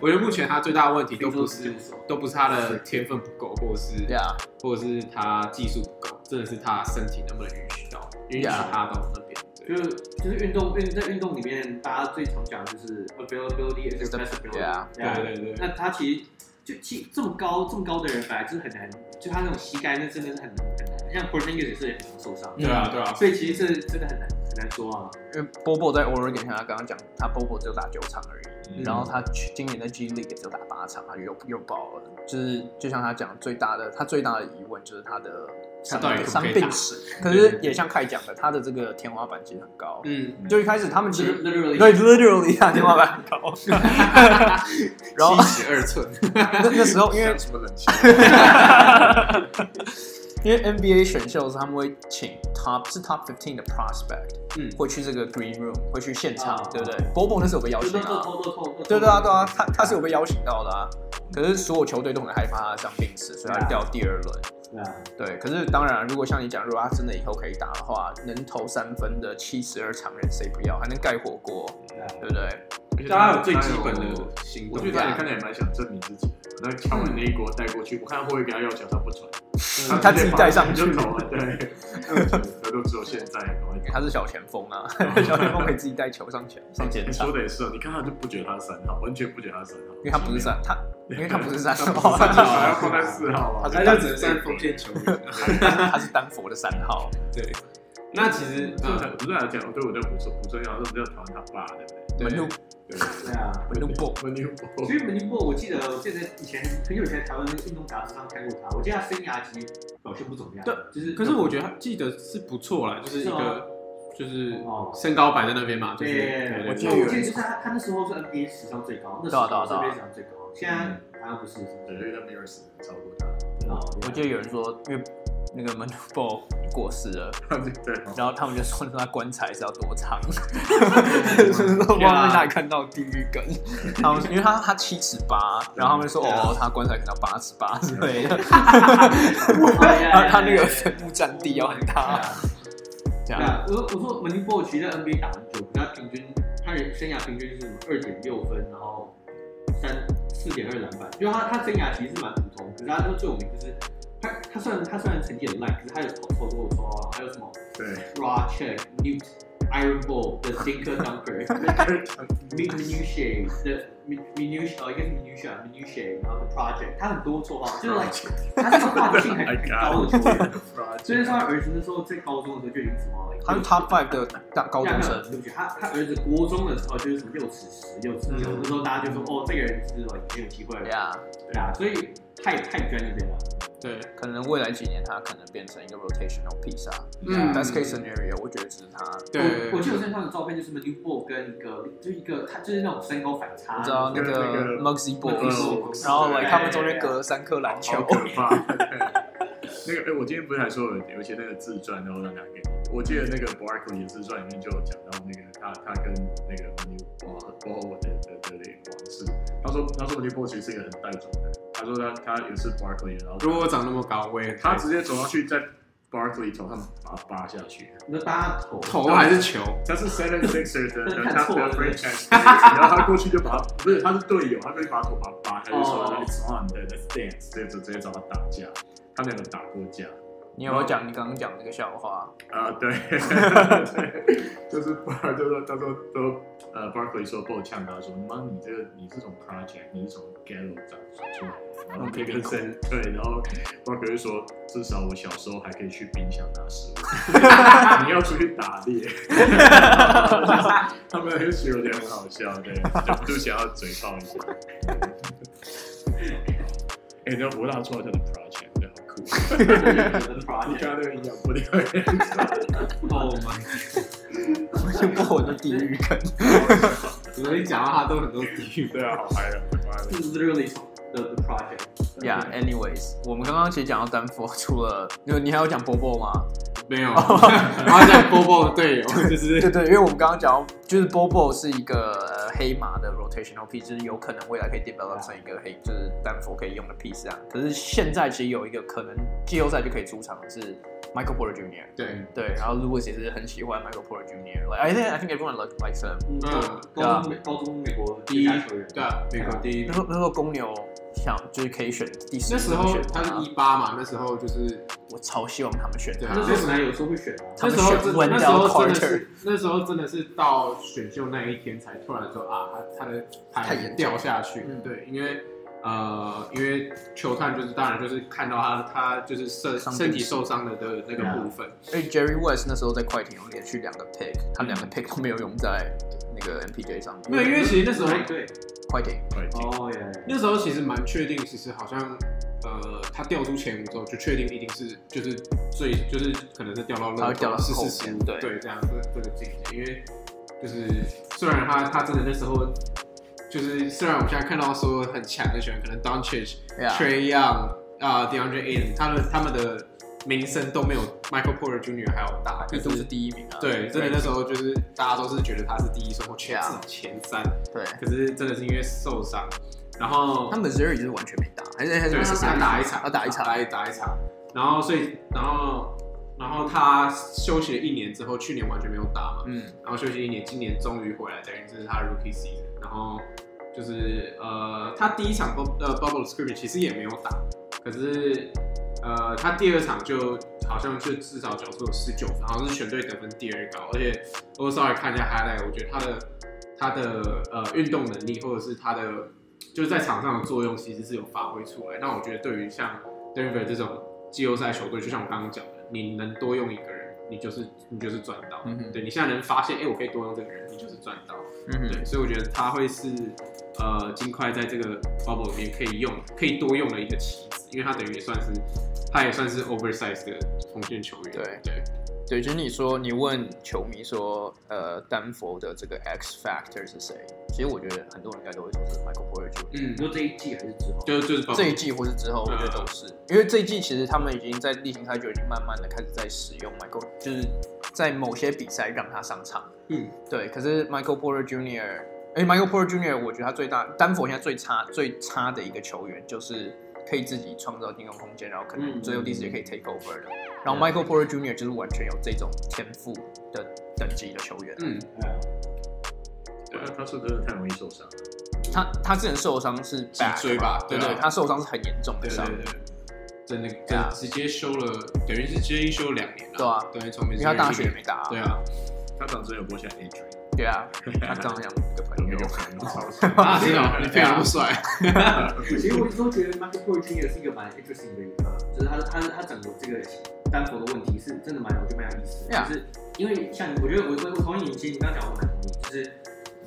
我觉得目前他最大的问题都不 是都不是他的天分不够，或者是
对啊，
或者是他技术不够，真的是他身体能不能允许到，允许
Yeah
他到那边。
就
对
是就是运动运在运动里面，大家最常讲就是 availability is
Is the-
the best ability。
yeah，
对对对，
那他其实就其这么高这么高的人，本来就是很难，就他那种膝盖那真的是很很难。像 p o r z i n g i s 也是很常受伤，
对啊对啊，
所以其实这真的很难很难说啊。
因为 Bobo 在 Oregon 像他刚刚讲，他 Bobo 只有打九场而已，
嗯
然后他去今年在 G League 也只有打八场，他又又爆了。就是就像他讲，最大的他最大的疑问就是他的伤
他到底可不
伤
可以打
病史，可是也像凯讲的，他的这个天花板其实很高。
嗯，
就一开始他们其实
Literally，
对 literally 他的天花板很 高，然后
七十二寸，
那那时候因为
什么冷气？
因为 NBA 选秀的时候，他们会请 top 是 top fifteen 的 prospect，
嗯
会去这个 green room，会去现场，
啊
对不对？Bobo 那时候有被邀
就
请
都
啊，
都都都
哦对对啊，对啊，他他是有被邀请到的啊。可是所有球队都很害怕他伤病史，所以他掉第二轮。
对啊，
对，可是当然，如果像你讲，如果他真的以后可以打的话，能投三分的七十二场人谁不要？还能盖火锅，
对啊。
对不对？
大家有最基本的行
我
动
觉得他也看起来蛮想证明自己的。那敲完那一锅带过去，我看他会不会给他要求，他不传，
他自己带上去
就 投了。对，嗯那都只有现在，赶快
因为他是小前锋 啊，小前锋可以自己带球上前上前
你
场
说，的也是哦，你看他就不觉得他是三号，完全不觉得他是三号，
因为他不是三，他因为他不是三
他不
号啊
是，三号
他要放在四号啊。
他就只能算封建球员。啊
他是丹佛的三号。
对，那 其实
不是
呃，
不是来讲，对我就不重不重要，是比较讨厌他爸，对不对？
对
门路
对，
对啊
门路 b
我牛
其实门尼波，我记得我记得以前很久以前台湾的运动杂志上看过他，我记得他生涯其实表现不怎么样，
对，
就是
可是我觉得他记得是不错啦，就是一
是吗
个就是
哦
身高摆在那边嘛，就是
对，
对
我
记
记
得
得
有
我
人
记得就是他，他那时候是 NBA 史上最高，那时
对啊
候
对啊
是
对啊嗯
NBA 史上最高，现在好像不是，是不
对，
是
因为那 Mirrors 超过他，
哦
我记得有人说，因为那个 m a n u b o 过世了，
对，
然后他们就说那棺材是要多 长，就是说忘在哪里看到地狱梗，他们因为他他七尺八，然后他们说哦他棺材可能八尺八 之类的，他他那个坟墓占地要很大，这样
那啊我我说 m a n i b o 其实在 NBA 打很久，他平均他人生涯平均是什么二点六分，然后三四点二篮板，因为他他生涯其实是蛮普通，可是他就最有名就是他他虽然他虽然成绩很烂，可是他有投投多投啊，还有什么
对
raw check newt iron ball the sinker dunker min minutiae the min- minutia 哦应该是 minutia minutiae 然后 the project，他很多绰号，就是 like 他是个话题性很
My
很
God
高的球员。所以
Project
说他儿子那时候在高中的时候就已经什么，
他是 Top Five 的大高中生，
对不起，他他儿子国中的时候就是什么六尺十、六尺
嗯
九，那时候大家就说哦，这个人是很有机会
对
了，
呀，
对啊，所以太太专业了，
对，
可能未来几年他可能变成一个 rotational piece 啊
嗯
，best case scenario 我觉得只是他，
对，
我我记得我身上的照片就是 m a n u b o 跟一个就是一个他就是那种身高反差，
你知道那
跟那
个
个
Muggsy b o
Muggsy
y
Bogues，
然后 like
对
他们中间隔了三颗篮球
好，可 怕。那个，哎、我今天不是还说有有一些那个自传，然后拿给你。我记得那
嗯
个 Barkley 的自传里面就有讲到那个他他跟那个 m a n u 包括我的的的的往事。他说他说 m a n u b o 其实是一个很带种的人。他说他他也是 Barkley，然后
如果我长那么高，我也
他直接走上去在 Barkley 头上把他扒下去。
你说大家头
头还是球，
他是 Seven Sixers 的的
看
他
错了
的 franchise，player，然后他过去就把他不是他是队友，他就把他头发扒，他就说
哦
It's on，对，Let's dance，直接直接找他打架，他们两个打过架。
你有没有讲你刚刚讲那个笑话？
啊， 对，对，就是巴尔就说，他说说，呃，Barkley 说被我呛到，说妈，你这个你是从 project，你是从 Gallo 长出来的，然后
嗯
这个生对，然后 Barkley 就说，至少我小时候还可以去冰箱拿食 物，你要出去打猎，他们就觉得有点很好笑，对，忍不住想要嘴炮一下。哎，你要我打出来他的 project，对，好酷，你刚
project，
刚那个营养不良。
哦妈，
就破我的地狱梗。
只能一讲啊到他都很多地 狱。
对啊，好嗨啊！妈的
这，是 literally the the project，
Yeah，anyways，我们刚刚其实讲到丹佛，除了就你还有讲波波吗？
没有，然后讲波波的队友就是
对对，因为我们刚刚讲到，就是 Bobo 是一个呃黑马的 rotational piece，就是有可能未来可以 develop 成一个黑，就是丹佛可以用的 piece 这样。可是现在其实有一个可能季后赛就可以出场的是 Michael Porter Jr.
对，
对，然后 Lewis 也是很喜欢 Michael Porter Jr. Like, I think I think everyone likes likes him。
嗯，
对啊
高中美高中美国第一大球员，
对啊，美国第一
那时。候那时候公牛想就是可以选第四，
那时候他
啊
是一八嘛，那时候就是
我超希望他们选
对
他
那。时候本来有时候会选啊，
他
那
们
时候
选
真
Wendell
那时候真的
Carter
是那时候真的是到选秀那一天才突然说啊，他他的
太
牌
严重
掉下去
嗯，
对，因为。呃，因为球探就是当然就是看到他他就是身
伤病
身体受伤的的那个
啊
部分，
因为 Jerry West 那时候在快艇有连续两个 pick，他们两个 pick 都没有用在那个 MPJ 上面。
嗯没有，因为其实那时候
啊
对，
快艇
快进！
哦耶，
那时候其实蛮确定，其实好像呃，他掉出前五之后就确定一定是就是最就是可能是掉到
他会掉到
四
后
四
面
十
对
对这样这这个境界，因为就是虽然他他真的那时候就是虽然我们现在看到说很强的球员，可能 Doncic、
，Yeah，
Trey Young 啊、DeAndre Ayton 他们他们的名声都没有 Michael Porter Jr. 还要大，可
一度是
是。
第一名啊。
对，真的那时候就是大家都是觉得他是第一，说前至少前三，
对，
可是真的是因为受伤，然后
他 Missouri 就是完全没打，还是还是
对，他打一场，
他打一场。
打一打一场，然后所以然后然后他休息了一年之后，去年完全没有打嘛，
嗯，
然后休息一年，今年终于回来，等于这是他的 rookie season，然后就是呃，他第一场 bub 呃 bubble scrimmage 其实也没有打，可是呃，他第二场就好像就至少缴出有十九分，好像是全队得分第二高，而且我稍微看一下 highlight，我觉得他的他的呃运动能力或者是他的就是在场上的作用其实是有发挥出来。那我觉得对于像 Denver 这种季后赛球队，就像我刚刚讲的，你能多用一个人，你就是你就是赚到。
嗯哼
对你现在能发现，哎、我可以多用这个人，你就是赚到。
嗯哼，
对，所以我觉得他会是呃，尽快在这个 bubble 里面可以用，可以多用的一个棋子，因为他等于也算是，他也算是 oversize 的锋线球员。
对
对，
对，就是你说你问球迷说，呃，丹佛的这个 X factor 是谁？其实我觉得很多人应该都会说是 Michael Porter Jr.，
嗯
你，说这一季还是之后？
就就是 bubble
这一季或是之后，我觉得都
嗯
是，因为这一季其实他们已经在例行赛就已经慢慢的开始在使用 Michael，就是在某些比赛让他上场。
嗯，
对。可是 Michael Porter Jr.，哎，Michael Porter Jr.，我觉得他最大丹佛现在最差最差的一个球员就是可以自己创造进攻空间，然后可能
嗯
最后第时也可以 take over 的。然后 Michael Porter Jr. 就是完全有这种天赋的等级的球员。
嗯，
对啊，他说真的太容易受伤了，
他他之前受伤是
脊椎吧
back 嘛
对
对
啊
对，他受伤是很严重的
对
伤
对，对，真的
对啊
真直接休了，等于是直接休两年了，
对啊
对，从没
因为他大学也没打啊。
对啊，
他当时有播下 injury，
对 啊，他刚刚讲我的
有
朋
没
友
有，烦恼？
啊，真的 哦，你非常不帅，
其实我一直都觉得 Michael Porter Jr. 是一个蛮 interesting 的一个，就是他他他整个这个丹佛的问题是真的蛮，我觉得蛮有意思的。
Yeah
就是因为像我觉得我我我同意你，其实你刚刚讲我蛮同意，就是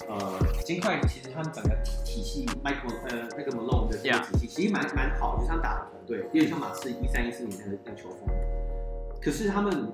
呃，金块其实他们整个体系，Michael 呃那个 Malone 的这个
Yeah
体系其实蛮蛮好，就是他打的团队有点像马刺一三一四年那个那个球风，可是他们。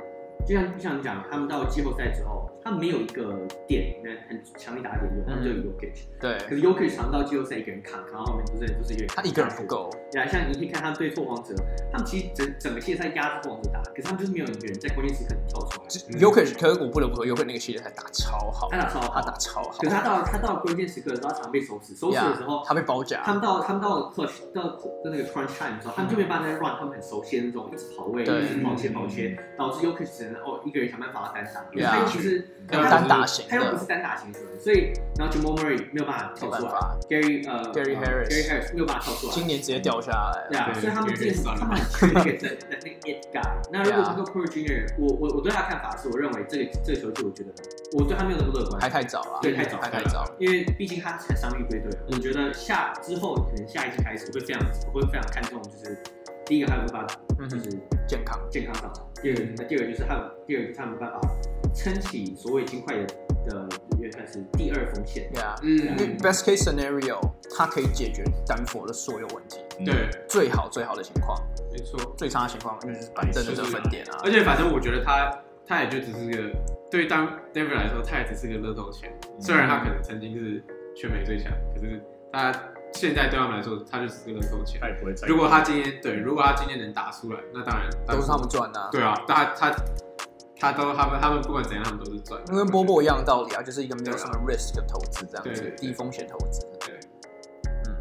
就像就像你讲，他们到季后赛之后，他们没有一个点，那很强力打点有，他们就有
嗯
y o k i 可
对
是 y o k i 常到季后赛一个人扛，扛到后面就是就是有点
他一个人不。够，
对啊，像你可以看他们对拓荒者，他们其实整整个系列赛压制拓荒者打，可是他们就是没有一个人在关键时刻能跳出来。
嗯
Yoke 可是我不得不说，Yoke 那个系列赛打超好
他，打超
他
好，
打超好，
可是他到他到关键时刻的时候，他常被手指，手指的时候
Yeah，他被包夹
他，们到他们到 clutch 到那个 crunch time 的时候，他们就没办法再 run 他们很熟悉的那种一直跑位，一
嗯对
直跑切跑切，导致 y o k i 只能哦一个人想办法单打，因为
Yeah
他其实
要
单打型
他又不
的
是，单打型球员，所以然后 Jamal Murray 没有办法
没
跳
办
出来
法，
，Gary 呃
Gary Harris
Gary Harris 没有办法跳出来，
今年直接掉下来
对
了。啊
啊，
对
所以他们之前是
Gary Harris
他们很缺一个那那那 it guy。那如果 Michael Porter Jr.，我我我对他的看法是，我认为这个这个球队，我觉得我对他没有那么乐观，
还太早了，
对太早
还太早。
因为毕竟他才伤愈归队啊了。我觉得下之后可能下一季开始，我会非常我会非常看重，就是第一个他有没有办法
嗯
就
哼，嗯
是
健康，
健康上场，第二个那第二个就是他有第二个他有没有办法撑起所谓金块的的也算是第二锋线。
对啊。因为
嗯，
best case scenario，它可以解决丹佛的所有问题，
对，
最好最好的情况，
没错。
最差的情况就是板凳的得分点啊
而。且反正我觉得他他也就只是个对于当 Denver 来说，他也只是个乐透签。虽然他可能曾经是全美最强，可是他现在对他们来说，他就只是个乐透签
他。也不会在意。
如果他今天对，如果他今天能打出来，那当然
都是他们赚的、啊，
对啊，他他他都他们他们不管怎样，他们都是赚。
因跟波波一样的道理啊，就是一个没有什么 risk 的投资这样
对
子
对，
低风险投资。
对，
嗯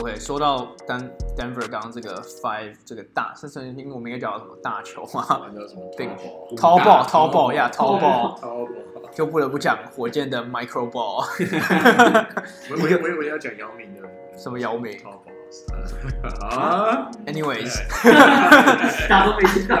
，OK，说到丹 Denver 刚刚这个 five 这个大，是是因为我们应该叫什么大球 嘛？
玩到什么哦
Big
淘
淘宝，
宝
大
淘宝呀，淘宝，
淘宝，
就不得不讲火箭的 micro ball，
我我我我也要讲姚明的
什么姚明
淘宝呃啊，
Anyways，
大家都没听到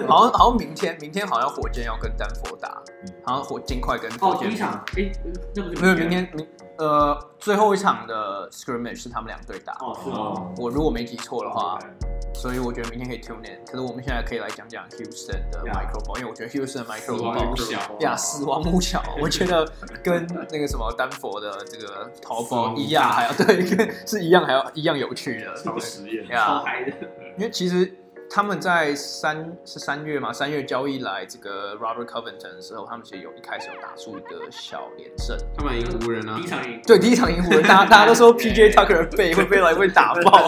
有？
好像好像明天明天好像火箭要跟丹佛打
嗯，
好像火尽快跟火
哦，
箭
第一场，哎，那不是
没有明天明呃最后一场的 scrimmage 是他们两队打。
哦，是哦。
哦，
我如果没记错的话，
嗯
所以我觉得明天可以 tune in。可是我们现在可以来讲讲 Houston 的
Yeah
micro ball，因为我觉得 Houston 的 micro ball
死亡五小，
呀，死亡木桥，我觉得跟那个什么丹佛的这个淘宝一样，还要对，跟是一样，还要一样有趣的。
超实验，
超
呀，
嗨的，
因为其实他们在三是三月嘛，三月交易来这个 Robert Covington 的时候，他们其实有一开始有打出一个小连胜。
他们赢湖人啊
第一，场赢，
对，第一场赢湖人，大家大家都说 PJ Tucker 的背会被来会打爆，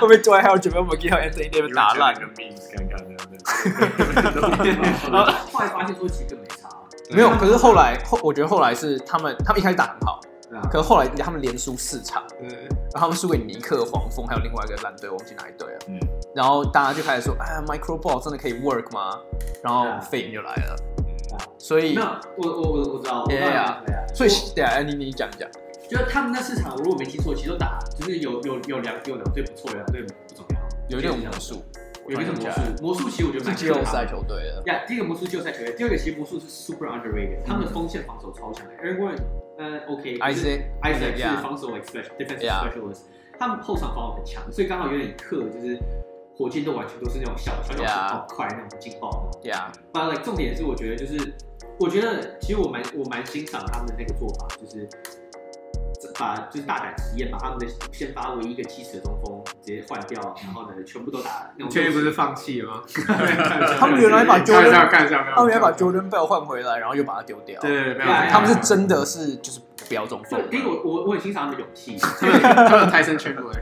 会被 d w i g h 还有 j a m a McGee 还有 Anthony Davis 打烂。
个 m e 看看这 样子。
后来发现说其实没差，啊
对
没有，可是后来后，我觉得后来是他们，他们一开始打很好，
对啊，
可是后来他们连输四场，
对
然后他们输给尼克、黄蜂，还有另外一个烂队，我忘记哪一队了。
嗯
然后大家就开始说，哎，micro ball 真的可以 work 吗？然后
啊
费 e 就来了，
啊
嗯
所
没
以
有，我我我我知道，我知道
Yeah,
对啊，
所以对啊，你你讲一讲，
我觉得他们那市场，我如果没记错，其实都打，就是有有有两有两队不错，有两队不怎么样，
有一种魔术，
有一个魔
我看一
术
下，
魔术其实我觉得
是
蛮
季后
可怕
赛
的。
球队的，
呀，第一个魔术是季后赛球员，第二个其实魔术是 super underrated，他们的锋线防守超强的，Aaron Gordon，呃，OK，
i
可
s a
是
a
Isaac 是
yeah
防守 special defensive
Yeah
specialist，他们后场防守很强，所以刚好有点克，就是火箭队完全都是那种小小小
Yeah
好快那种劲爆那种。
yeah，
那啊 like 重点是，我觉得就是，我觉得其实我蛮我蛮欣赏他们的那个做法，就是把就是大胆实验，把他们的先发唯一一个七尺的中锋直接换掉，然后呢，全部都打那种。
确定不是放弃了吗？
他们原来把
看一下
Jordan，
看一下，
他们原来把 Jordan Bell 换回来，然后又把他丢掉。
啊对对对，没有，
Yeah, yeah,
他们是真的是就是不要中风
啊对，。第一个我我我很欣赏他们的勇气，
他们他们泰森圈 过来，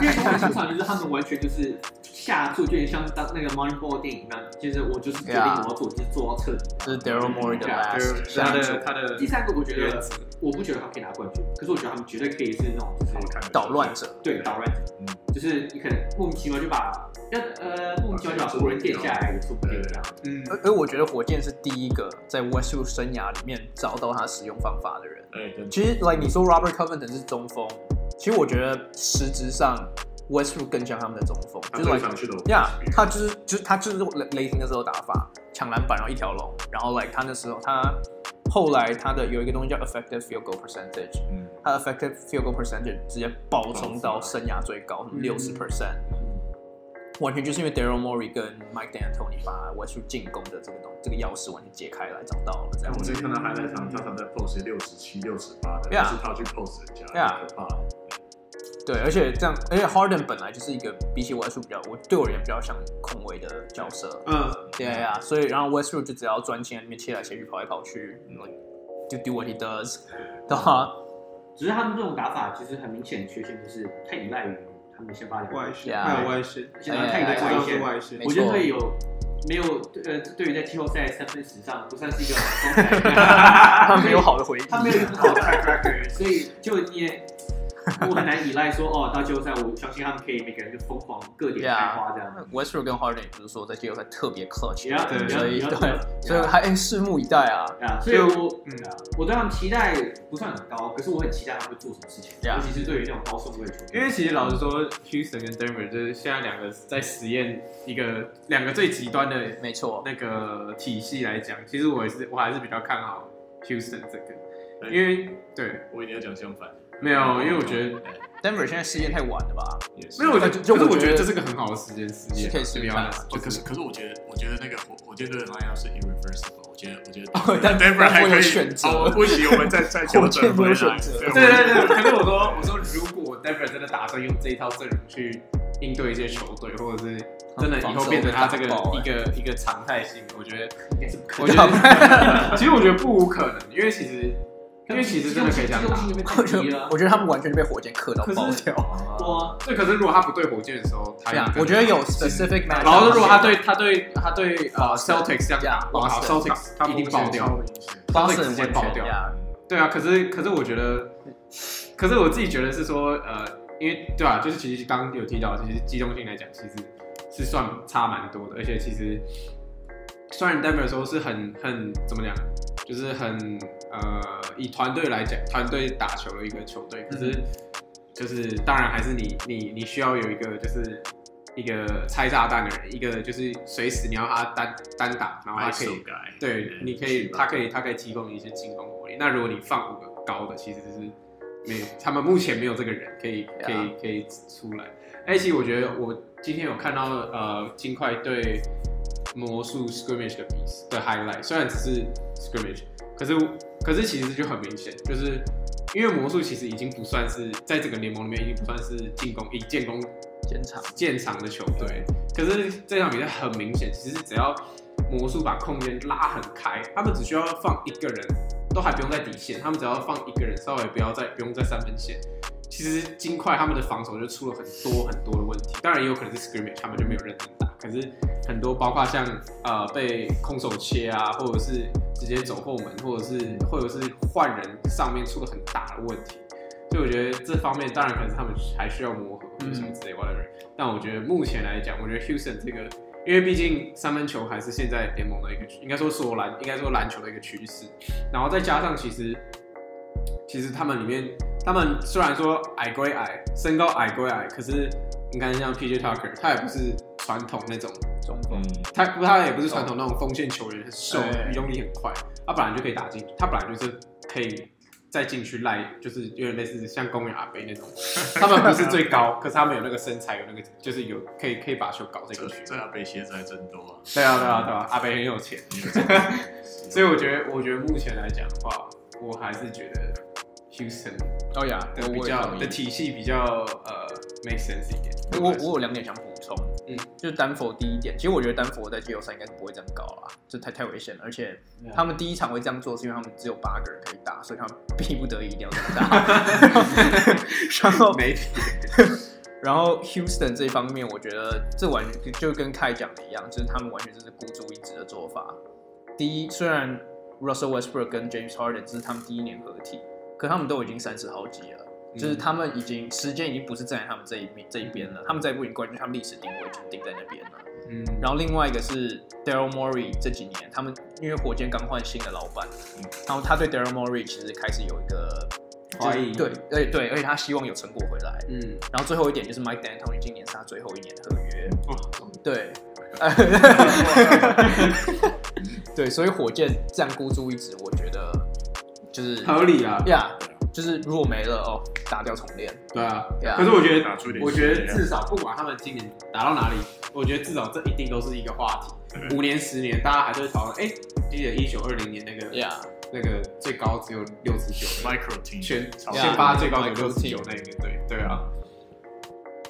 因为我很欣赏就是他们完全就是下注，就有点像当那个 Moneyball 电影一样，就是我就是决定
Yeah
我要做，就是做到彻底。
这是 Daryl Morey 的
Yeah，
就是
last last
他的
球
他的
第三个我觉
原
得
子，
我不觉得他们可以拿冠军，可是我觉得他们绝对可以是那种就是
好看的
捣乱者，
对捣乱者，
嗯
就是你可能莫名其妙就把那呃莫名其妙就把湖人垫下来也说不定这样。
嗯，
而而我觉得火箭是第一个在 Westbrook 生涯里面找到他使用方法的人。
哎，对，
其实，like 你说 Robert Covington 是中锋，其实我觉得实质上 Westbrook 更像他们的中锋，
他
就是
最
like
想去的，
呀、yeah,，他就是就是他就是雷雷霆的时候打法，抢篮板然后一条龙，然后 like 他那时候他后来他的有一个东西叫 effective field goal percentage，
嗯，
他的 effective field goal percentage 直接暴冲到生涯最高
嗯
六十 percent，完全就是因为 Daryl Morey 跟 Mike D'Antoni 把 Westbrook 进攻的这个东这个钥匙完全解开来找到了这
但
样
我
子
最近看到还在场，他场在 post 六十七、六十八的，但
Yeah
是他去 post 人家，
Yeah
很可怕的。
对，而且这样，而且 Harden 本来就是一个比起 Westbrook 比较，我对我而言比较像控卫的角色，
嗯，
对呀，所以然后 Westbrook 就只要专心在那边切来切去、跑来跑去，like to do what he does，对吧
只是他们这种打法，其实很明显的缺陷就是太依赖于他们先发两个
外
人，
线，
Yeah
还有外线，
现在
哎
太依
大家
赖
都
外
是
线。
外线
没，
我
错
觉得队友没有呃，对于在季后赛三分史上不算是一个光彩，
他没有好的回忆，
他没有一个很好的 track record，所以就你也我很难依赖说哦，到季后赛我相信他们可以每个人就疯狂各点开花这样。
Westbrook 跟 Harden 也不是说在季后赛特别 clutch，
Yeah，
对
所以
yeah，
对
yeah，
所以还哎拭目以待啊。
啊，所以我
嗯
啊我对他们期待不算很高，可是我很期待他们会做什么事情，
Yeah
尤其是对于那种高顺位的球队。
因为其实老实说，Houston 跟 Denver 就是现在两个在实验一个两个最极端的
没错，
那个体系来讲，其实我也是我还是比较看好 Houston 这个，
对
因为对
我一定要讲相反，
没有，因为我觉得
哎
Denver 现在时间太晚了吧？
也是
没有，我觉得
就就
可
是
我
我觉
觉得
得
这是个很好的时间实验，
可以试试看啊
就可是可是我觉得，我觉得那个火火箭队的 line up 是 irreversible，我觉得我觉得
哦 但
Denver 还
但
可
我有
以
选择
好，不行，我们再再调
火
整
箭没
回来。
有选择
对
对对对，可是我说我说，如果 Denver 真的打算用这一套阵容去应对一些球队，或者是真的以后变成他这个一个一个常态性，我觉得
应该是不可
我 觉得其实我觉得不无可能，因为其实因为其实真的可以这样
机动性
打。
就被
我
太
觉
低
得
了。
我觉得他们完全被火箭克到
可是
爆掉。
哇，
对，可是如果他不对火箭的时候，他
对
也
啊
可，能
我觉得有 specific match。
然后如果他对他对他对呃 Celtics 这样打，
Yeah，
哇好
Boston
，Celtics 一定爆掉。
Boston
直接
完全
爆掉
yeah，
对啊，可是可是我觉得，可是我自己觉得是说，呃，因为对啊，就是其实刚刚有提到，其实机动性来讲，其实是算差蛮多的，而且其实虽然 Denver 说是很很怎么讲，就是很呃以团队来讲，团队打球的一个球队，可是就是当然还是你你你需要有一个就是。一个拆炸弹的人，一个就是随时你要他单单打，然后他可以
改，
对，你可以，他可以，他可以提供你一些进攻火力。那如果你放五个高的，其实是没有，他们目前没有这个人可以可以可以出来。哎，其实我觉得我今天有看到呃金块对魔术 scrimmage 的比的 highlight，虽然只是 scrimmage，可是可是其实就很明显，就是因为魔术其实已经不算是在整个联盟里面已经不算是进攻以进攻
现场
建长的球队，可是这场比赛很明显，其实只要魔术把空间拉很开，他们只需要放一个人，都还不用在底线，他们只要放一个人，稍微不要再不用在三分线。其实金块他们的防守就出了很多很多的问题，当然也有可能是 scrimmage 他们就没有认真打，可是很多包括像呃被空手切啊，或者是直接走后门，或者是或者是换人上面出了很大的问题，所以我觉得这方面当然可能是他们还需要磨合或者什么之类 whatever，、但我觉得目前来讲，我觉得 Houston 这个，因为毕竟三分球还是现在联盟的一个，应该说所有篮，应该说篮球的一个趋势。然后再加上其实，其实他们里面，他们虽然说矮归矮，身高矮归矮，可是你看像 PJ Tucker，他也不是传统那种，
中锋
嗯，
他他也不是传统那种锋线球员，很瘦，
对
移动力很快，他本来就可以打进，他本来就是可以。再进去赖，就是有点类似像公园阿贝 那种，他们不是最高，可是他们有那个身材，有那个就是有可以可以把球搞进
这
去。
这要被鞋子还真多啊。
对啊，对啊，对啊，阿北很有钱，所以我觉得，我觉得目前来讲的话，我还是觉得 Houston
哦呀，
的比较的体系比较呃 make sense 一点。
我我有两点想补充，
嗯，
就是丹佛第一点，其实我觉得丹佛在季后赛应该是不会这样搞啦，这太太危险了，而且他们第一场会这样做，是因为他们只有八个人可以打，所以他们逼不得已一定要这么打。然 后
媒体
然后 Houston 这方面，我觉得这完全就跟凯讲的一样，就是他们完全就是孤注一掷的做法。第一，虽然 Russell Westbrook 跟 James Harden 这是他们第一年合体，可他们都已经三十好几了，
嗯
就是他们已经时间已经不是站在他们这一面这一边了，他们再不赢冠军，他们历史定位就是定在那边了。
嗯，
然后另外一个是 Daryl Morey 这几年，他们因为火箭刚换新的老板，
嗯
然后他对 Daryl Morey 其实开始有一个
怀疑
对，对对，而且他希望有成果回来。
嗯，
然后最后一点就是 Mike D'Antoni 今年是他最后一年的合约，
哦，
对，对，所以火箭这样孤注一掷，我觉得就是
合理啊，
呀就是如果没了哦，打掉重练
对啊。
呀
可是我觉
打出一
得，
点啊
我觉得
血
至少不管他们今年打到哪里，我觉得至少这一定都是一个话
嗯
题。五年、十年，大家还是会讨论。哎、记得一九二零年那个
呀
那个最高只有六十九，
micro team
全
超
先发
Yeah，
最高有
Michael
六十九那个，对对啊。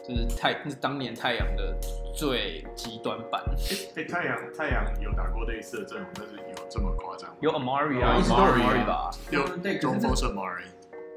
就是太那是当年太阳的最极端版，
哎、太阳太阳有打过类似的阵容，但是有这么夸张吗？
有 Amari
有
啊，一直都有
Amari 啊
Amari 吧，
有
对，可
中
是
锋
那
是 Murray，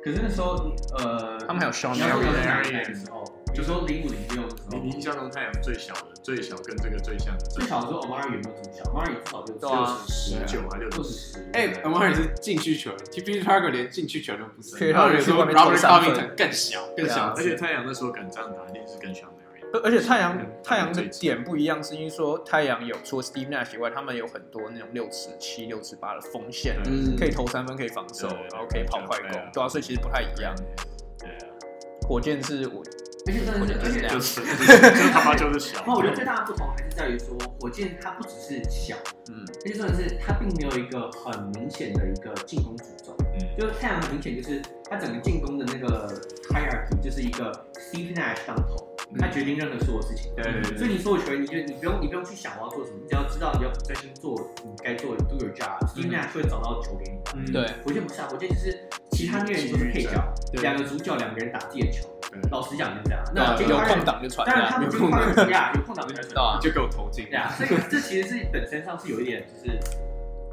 可是那时候呃，
他们还有 Sean
你要
Marion
说他们哪一代的时候，就说零五零六的时
你你印
候，
象中太阳最小的最小跟这个最像的阵
最
容，
小的时候 Omar 有没有这么小？Omar 也至少就
对啊
十
十
九、
九还六
二
十，
十。
哎 a m a r 是禁区球员 t p Parker 连禁区球员都不是，
P.
然后有
Parker 去
说
外面投
Robert
三分
Covington 更小更
对啊
小，
而且太阳那时候敢这样打，一定是跟 Sean Murray。
而而且太阳
嗯
太阳的
最极
点不一样，是因为说太阳有除了 Steve Nash 以外，他们有很多那种六尺七、六尺八的锋线，
对
嗯，
可以投三分，可以防守
对对，对
然后可以跑快
对啊
攻，对啊，所以其实不太一样。
对啊，
火箭是我
而且真的是，而且
就是就是他妈就是小。
那啊哦我觉得最大的不同还是在于说，火箭它不只是小，
嗯
而且重点是它并没有一个很明显的一个进攻主轴。
嗯
就是太阳很明显就是它整个进攻的那个 hierarchy 就是一个 Steve Nash 当头，他决定任何所有事情。
对对对
所以你所有球员，你就你不用你不用去想我要做什么，你只要知道你要专心做你该做的 do your job。Steve Nash 会找到球给你的。
嗯
对，
火箭不是啊，火箭就是其他那人都是配角，
对
两个主角两个人打自己的球。
对
老实讲就是这样。那
那
这
有空，档就传
当然他
呀，
们就放人啊呀，有空 档就传。
啊
就给我投进
对，啊，所以这其实是本身上是有一点就是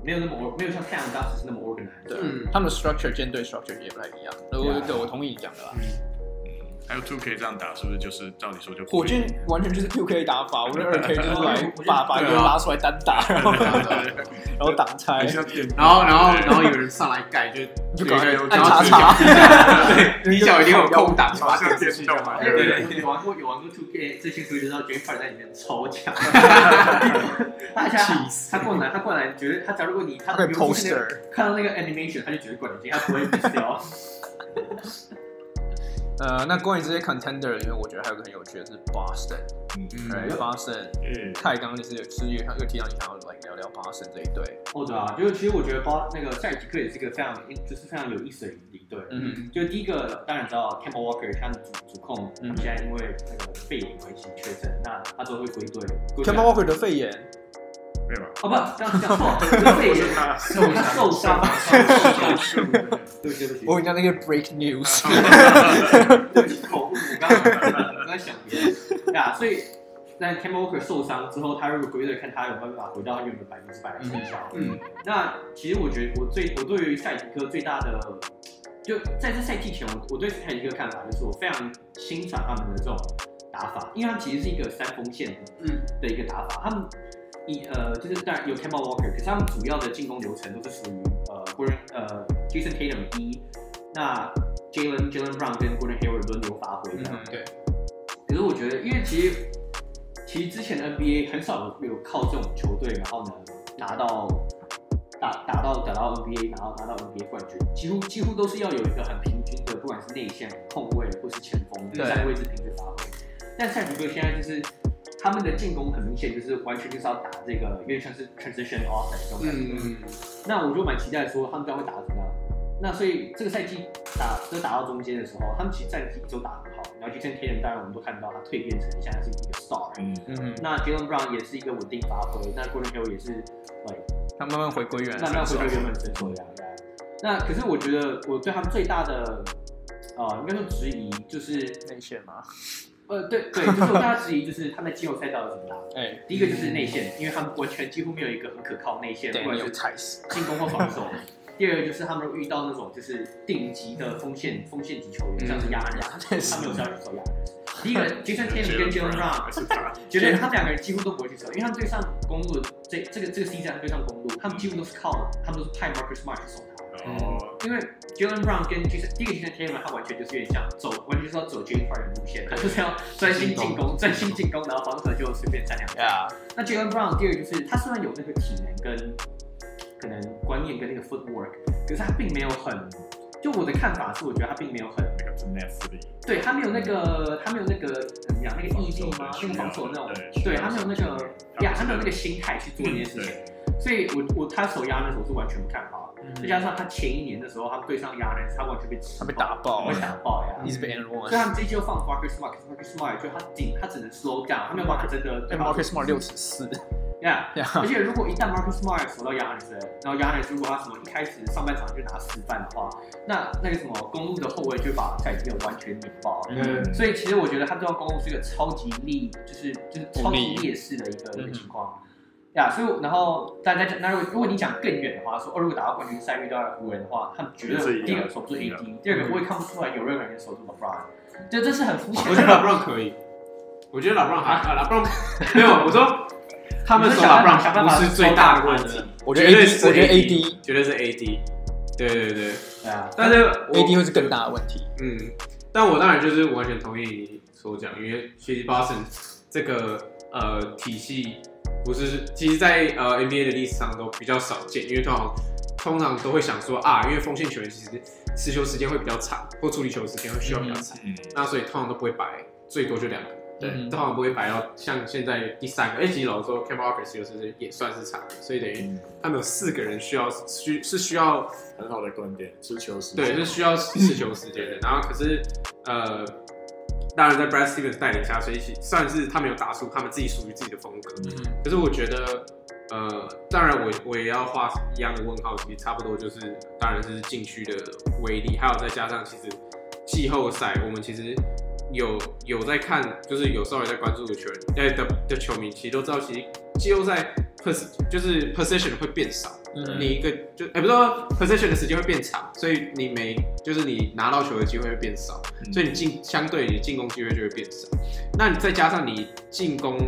没有那么 or- 没有像太阳当时是那么 organized。
对啊
嗯，
他们的 structure 舰队 structure 也不太一样。我对啊我同意你讲的啦。
还有 Two K 这样打，是不是就是照理说就
火 箭完全就是 QK 打法，我们的二 K 就是来
对
把把一个人拉出来单打，然后
啊
然后挡拆
很，像电
然后然后然后有人上来盖，就
你 就搞
有一
个
个
按叉叉，
对， 底角一定有空档，
好
把
像
它
电
进去就
动
好
嘛，
哎
对不
对
对？
对，有玩过有玩过 Two K 最新球就知道 j a m e 在里面超强，他现在他灌篮他灌篮绝对他假如果你他
他可以
比如说那个
poster。
看到那个 animation 他就绝对灌进，他不会 miss 掉。
呃，那关于这些 contender，因为我觉得还有个很有趣的是 Boston，
嗯，
对 Boston，
嗯，
泰刚就是有是有有提到你想要来聊聊 Boston 这一队，
哦对啊，就是其实我觉得包那个塞尔吉克也是一个非常就是非常有意思的领队。
嗯，
就第一个，当然知道 Campbell Walker 他的主主控，
嗯
现在因为那个肺炎关系确诊，那他都会归队。
嗯
归队
Kemba Walker 的肺炎，
对 吧？
哦不，这样这样错，是肺炎，
他
他受伤，
手术，
对不起对不起，
我跟你哦讲那个 break news，
对不起，口误，我刚刚我刚想别的，对啊，所以那 Cam Walker 受伤之后，他如果归队，看他有办法回到他原本百分之百的成效。
嗯，
那其实我觉得我最我对于赛迪克最大的，就在这赛季前，我我对赛迪克看法就是我非常欣赏他们的这种打法，因为他们其实是一个三锋线
嗯
的一个打法，他们。以呃，就是当然有 Campbell Walker，可是他们主要的进攻流程都是属于呃 Gordon 呃 Jason Tatum 一，那 Jalen Jalen Brown 跟 Gordon Hayward 轮流发挥这
嗯
样。
对，
可是我觉得，因为其实其实之前的 NBA 很少有靠这种球队，然后呢拿到打打到打到 NBA，拿到拿到 NBA 冠军，几乎几乎都是要有一个很平均的，不管是内线、控卫或是前锋
对
三个位置平均发挥。但赛迪克现在就是他们的进攻很明显就是完全就是要打这个，有点像是 transition offense 这种感觉。
嗯，
那我就蛮期待说他们将会打得怎么样。那所以这个赛季打就打到中间的时候，他们其实战绩都打得很好。然后 Jason Tatum 当然我们都看到他蜕变成现在是一个 star，、
嗯，
嗯，
那 Jalen Brown 也是一呃个稳定发挥，那 Gordon Hill 也是
他慢慢回归原来
慢
的
慢
身
回
手
到原本成熟的样子。那可是我觉得我对他们最大的呃应该说质疑就是
内线嘛，
呃，对对，就是我大家质疑，就是他们季后赛到底怎么打？
哎，
第一个就是内线，因为他们完全几乎没有一个很可靠内线，
对，
不管
有
是
踩死，
进攻或防守。第二个就是他们遇到那种就是顶级的锋线锋线级球员，像是亚人，
嗯
他们有这样去守亚人。第一个 Jason Tatum 跟 Jalen Brown，
还是 他，
觉得他们两个人几乎都不会去守，因为他们对上公路的这这个这个 season 对上公路，他们几乎都是靠他们都是派 Marcus Smart 去守他。
哦，
因为 Jalen Brown 跟 Jason 第一个 Jason Tatum 他完全就是有点像走，完全是要走 Jalen Brown 的路线，他就是要专心进攻，专心进攻，然后防守就随便占两下。
呀，
那 Jalen Brown 第二个就是他虽然有那个体能跟可能观念跟那个 footwork，可是他并没有很，就我的看法是，我觉得他并没有很，
那个 tenacity，
对他没有那个他没有那个怎么讲那个毅力吗？那个防守那种，对他没有那个呀，他没有那个心态去做这件事情。
对，
所以我我他手压那时候是完全不看好，再加上他前一年的时候他们对上压人，他完全被
嗯他被打 爆嗯
被，打爆呀。
一直被 N
所以
one，
他们这一季又放 Marcus Smart，Marcus Smart 就他顶他只能 slow down，他没有办法真的
哎
对吧
，Marcus Smart 六尺四，
Yeah，
呀，
而且如果一旦 Marcus Smart 守到亚尼斯，然后亚尼斯如果他什么一开始上半场就拿四犯的话，那那个什么公路的后卫就把凯蒂尔完全碾爆。
嗯
所以其实我觉得他对公路是一个超级利，就是就是
不
超级
利
劣势的一个
嗯
一个情况。呀、所以我然后大家那如果如果你讲更远的话，说哦，如果打到冠军赛遇到湖人的话，他们绝
是一样
对第一个守不住 AD，第二
嗯
个我也看不出来有任何人守住 LeBron，这这是很肤
我
浅
觉得
的。
老布朗可以，我觉得老布朗还啊老布朗 没有，我说他们
你
守
说想
老
办
布
法
朗
想办
不
法
是最大的问题，
我觉
绝
得
对
AD，
是
我觉得 AD，AD
AD，绝对是 AD，对对对，
对啊，
但是我
会是更大的问题，
嗯，但我当然就是完全同意你所讲，因为其实 Boston 这个呃体系不是，其实在，呃 NBA 的历史上都比较少见，因为通常通常都会想说啊，因为锋线球员其实持球时间会比较长，或处理球时间会需要比较长，
嗯，
那所以通常都不会摆最多就两个。对，
嗯
通常不会摆到像现在第三个。哎，其实老实说 c a m a r c u s 有时也算是长的，所以等
嗯
于他们有四个人需要需是需要
很好的观点，持球时
对，是需
嗯
要持球时间的。然后可是呃，当然在 Brad Stevens 带领下，所以其算是他们有打出他们自己属于自己的风格。
嗯，
可是我觉得呃，当然我我也要画一样的问号，其实差不多就是当然是禁区的威力，还有再加上其实季后赛我们其实。有有在看，就是有稍微在关注的球员，呃的的球迷，其实都知道，其实季后赛 pos 就是 position 会变少，
嗯
你一个就哎、不是说 possession 的时间会变长，所以你每就是你拿到球的机会会变少，
嗯
所以你进相对你进攻机会就会变少。那你再加上你进攻，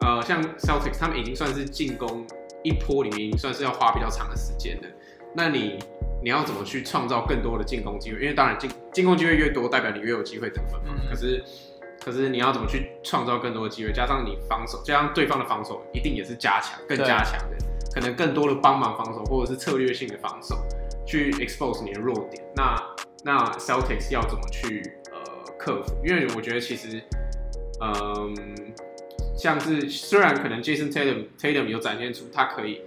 呃，像 Celtics 他们已经算是进攻一波里面已经算是要花比较长的时间了。那你你要怎么去创造更多的进攻机会？因为当然进进攻机会越多，代表你越有机会得分嘛。
嗯
可是可是你要怎么去创造更多的机会？加上你防守，加上对方的防守一定也是加强，更
对
加强的，可能更多的帮忙防守，或者是策略性的防守，去 expose 你的弱点。那那 Celtics 要怎么去呃克服？因为我觉得其实，嗯、像是虽然可能 Jason Tatum Tatum 有展现出他可以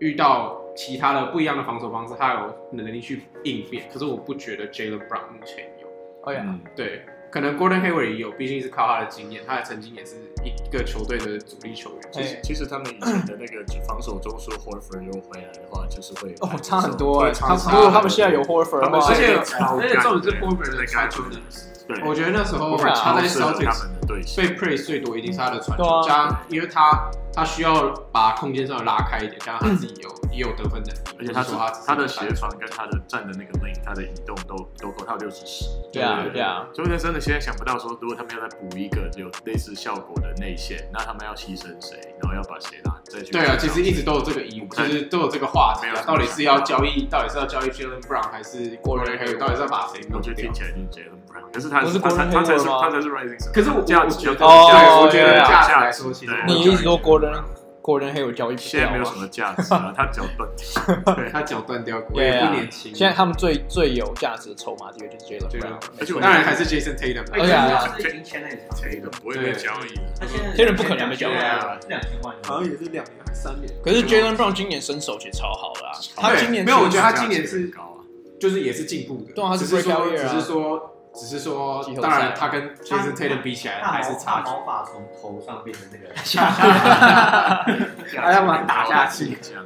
遇到其他的不一样的防守方式，他有能力去应变，可是我不觉得 Jalen Brown 目前有。
哦呀，
嗯
对，可能 Gordon Hayward 也有，毕竟是靠他的经验，他也曾经也是一个球队的主力球员。
其实
哎
其实他们以前的那个防守中说 Horford 又回来的话，就是会
哦，差很多哎，
对
他
差
们如
很多
果他们现在有 Horford 的
他们
话，
而且
超
而且重点是
干
Horford 的传球能力，
对，
我觉得那时候
Horford
他在
是他
Celtics
们的对手
被 praise 最多一定是他的传球，
对啊
加因为他他需要把空间稍微拉开一点，加上他自己有、也有得分能力，
而且他
不
是
是说他
他的协防跟他的站的那个 lane，他的移动都都够他有六十十，
对啊
对
对啊，
所以我真的现在想不到说，如果他们要再补一个有类似效果的内线，那他们要牺牲谁，然后要把谁拿再去？
对啊，其实一直都有这个疑，
不
其
太
实都有这个话题
没有什
啊，
么
到底是要交易，到底是要交易 Jalen Brown 还是 Gordon Hayward，到底是要把谁弄
我觉得听？
掉
起来就是杰伦布朗，可是他
不是
他
Gordon
才他才是
Hayward 吗
他才是 rising star，
可是我我
价
我
值
觉
有
得，
点
哦
价值
对，我觉得
对啊
价值来说，其实
对
你
我
意
觉
思
得
说 Gordon Gordon Hayward 交易不
现在没
掉
有
吗
什？么价值啊，他脚断掉， 对，
他脚断掉过，
对
也
啊
不年轻。
现在他们最最有价值的筹码，这个就是 Jalen
Jalen
Brown，
而且我
当然还是 Jason Tatum 啊
而
哎
啦。
且
呀
啊他是已经签了一场，
这个不会被交易的，
他现在
这人不可能被交易
啊
两千万，
也是两年还是三年。
可是 Jalen Brown 今年身手其实超好的啊，他
对
今年
没有我觉得他
价值
今年是
很高啊，
就是也是进步的，
对啊他是
只是
breakout
说
year
只
啊
是说只是说
季，后赛啊
当然他跟 Jason Tatum 比起来还是差
大
距。
毛发从头上变成那个，
啊
哎呀妈打下去
这样。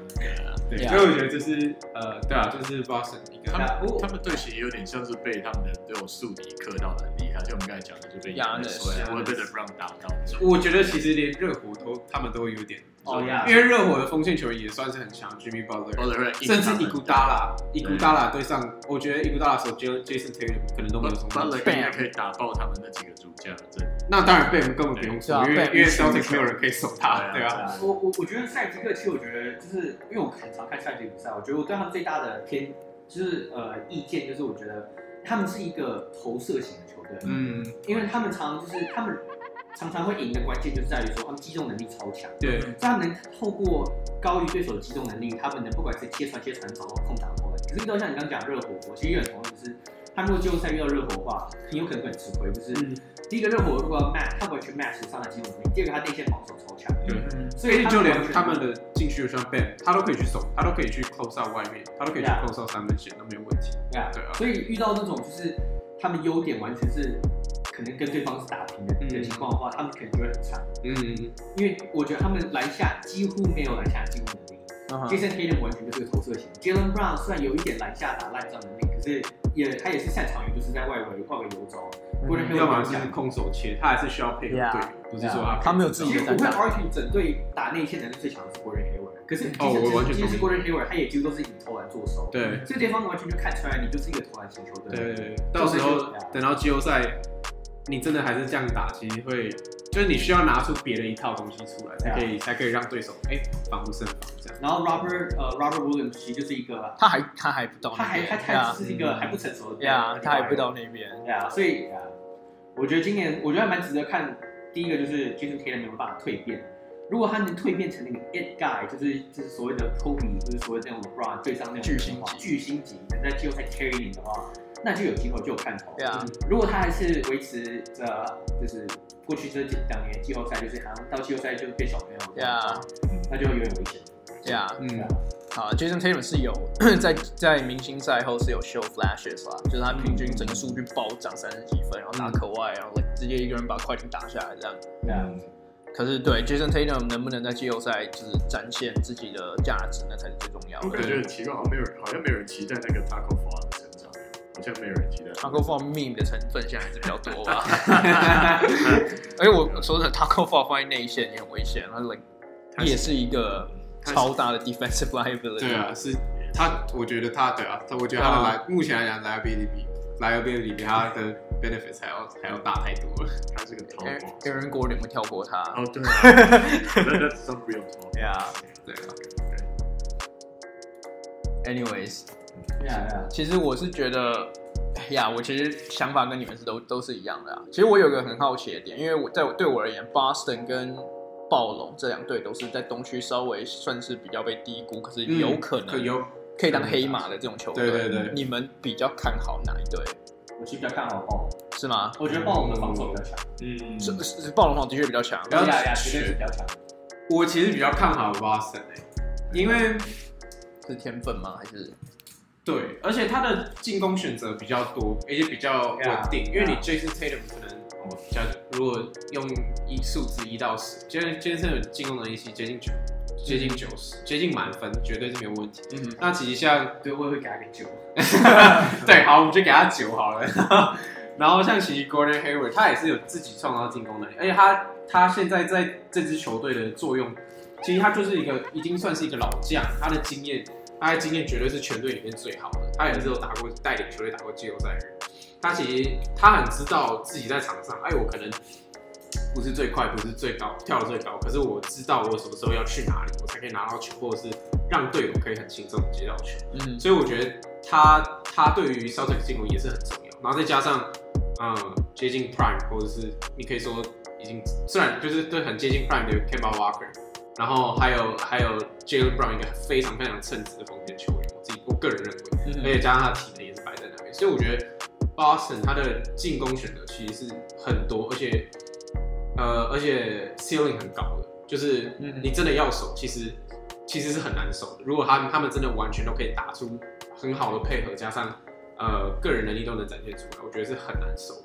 对，
Yeah
所以我觉得这是呃，对啊，就是 Boston 一
他
个
们
不过
他们队形有点像是被他们的这种宿敌克到的很厉害，像我们刚才讲的就被
亚
人
人
所以
亚人
我被 LeBron 打到那种。
我觉得其实连热火都他们都有点，
哦呀
因为热火的锋线球员也算是很强，Jimmy
或
Butler，
者是
甚至伊古达拉，伊古达拉对上，我觉得伊古达拉的时候，J Jason Tatum 可能都没有什么问题。
，Butler 应该可以打爆他们那几个主将，真的。
那当然 b a 根本不用
对
说，
啊
因为
Bam
因为
是
Celtic 没有人可以守他，对啊。
啊
我我我觉得赛季克其实我觉得就是因为我很常看赛季比赛，我觉得我对他们最大的偏就是呃意见就是我觉得他们是一个投射型的球队，
嗯，
因为他们常常就是他们常常会赢的关键就是在于说他们击中能力超强，
对，
嗯
所以他们能透过高于对手的击中能力，他们能不管是切传切传掌握空档投篮。可是遇到像你刚刚讲热火，我其实也很同意，就是他如果季后赛遇到热火的话，很有可能会很吃亏，就是。
嗯，
第一个热火如果要 match，他完全 match 上的基本能力；第二个他内线防守超强，
对
嗯
所
所以就连
完全
他们的禁区，就像 b a m 他都可以去守，他都可以去 close out 外面，他都可以去
Yeah
close out 三分线，都没有问题。
对啊
对啊，
所以遇到那种就是他们优点完全是可能跟对方是打平的
嗯
的情况的话，他们可能就会很惨，
嗯，
因为我觉得他们篮下几乎没有篮下进攻能力。
嗯
啊
哼
Jason Tatum 完全就是个投射型，Jalen Brown 虽然有一点篮下打烂仗能力，可是也他也是擅长于就是在外围外围游走。不然
要么就是空手切，他还是需要配合队
Yeah
友，不是说他
他没有自
其
己
实
的
我
单
会
打。
argue 整队打内线能力最强的是 Gordon Hayward，可啊是
哦我完全
即使是
同
Gordon Hayward，他也几乎都是以投篮做手。
对
所以对方完全就看出来你就是一个投篮型球队。
对对对，到时候等到季后赛，你真的还是这样打，其实会就是你需要拿出别的一套东西出来，才可以才可以让对手哎防不胜防这样。
然后 Robert 呃 Robert Williams 其实就是一个，
他还他还不到
他
那
还
边，
他他只是一个还不成熟的，
对啊，他还不，到那边。
对啊，所以啊，我觉得今年我觉得还蛮值得看。第一个就是 Jason Tatum 有没有办法蜕变，如果他能蜕变成那个 it guy，就是就是所谓的 Kobe，就是所谓的那种 LeBron 对上那种
巨星级
的话巨星级能在季后赛 carry 你的话，那就有机会就有看头。
对啊，
如果他还是维持着，就是过去这几两年季后赛，就是好像到季后赛就变小朋友这样
啊
子，那就有点危险。
对啊，
嗯
啊，
好，Jason Tatum 是有 在在明星赛后是有 show flashes 啦，就是他平均整个数据暴涨三十几分，然后
嗯
打口外，然后 like 直接一个人把快艇打下来这样。
对啊，
嗯可是对 Jason Tatum 能不能在季后赛就是展现自己的价值，那才是最重要
我
的
感。觉很奇怪，好像没有人，好像没有人期待那个 Taco f a 的成长，好像没有人期待。
Taco Fall meme 的成分现在还是比较多 吧。而且我说真的 Taco Fall 放在内线也很危险，他 like
他是
也是一个
他是
超大的 defensive liability。
对啊，是他，我觉得他对啊，他我觉得他的来目前来讲 liability 比 liability 比他的 benefits 还要还要大太多了。
他是个淘宝。
Aaron Gordon 会跳过他。
哦，对 啊，That- that's some real talk。
对啊
对啊，
Anyways，
对啊，对啊，
其实我是觉得，哎呀，我其实想法跟你们是都都是一样的啊。其实我有个很好奇的点，因为我在我对我而言，Boston 跟暴龙这两队都是在东区稍微算是比较被低估，可是
嗯
有可能
可有
可以当黑马的这种球队。
对对对
你们比较看好哪一队？
我其实比较看好暴龙，
是吗？
我觉得暴龙的防守比较强，
嗯，
是是是暴龙好的确比较强，
不要
呀呀，绝对是比较强。
我其实比较看好 Boston 哎、因为
是天分吗？还是
对，而且他的进攻选择比较多，而且比较稳定。
Yeah,
因为你 Jason Tatum 可能哦，假如如果用一数字一到十，Jason Jason Tatum 的进攻能力是接近九，接近九十，接近满分，绝对是没有问题。
嗯
那其实像
对，我也会给他个九。
对，好，我们就给他九好了。 然后像其实 Gordon Hayward，他也是有自己创造进攻能力，而且他他现在在这支球队的作用，其实他就是一个已经算是一个老将，他的经验，他的经验绝对是全队里面最好的，他也是有打过带领球队打过季后赛的人，他其实他很知道自己在场上，哎，我可能不是最快，不是最高，跳得最高，可是我知道我什么时候要去哪里，我才可以拿到球，或者是让队友可以很轻松地接到球。
嗯
所以我觉得他他对于 Celtics 进攻也是很重要。然后再加上，嗯，接近 Prime 或者是你可以说已经虽然就是对很接近 Prime 的 Kemba Walker，然后还有还有 Jalen Brown 一个非常非常称职的锋线球员，我自己我个人认为，
嗯
而且加上他体能也是摆在那边，所以我觉得 Boston 他的进攻选择其实是很多，而且呃而且 ceiling 很高的，就是
嗯
你真的要守，其实其实是很难守的。如果他们他们真的完全都可以打出很好的配合，加上呃个人能力都能展现出来，我觉得是很难守的。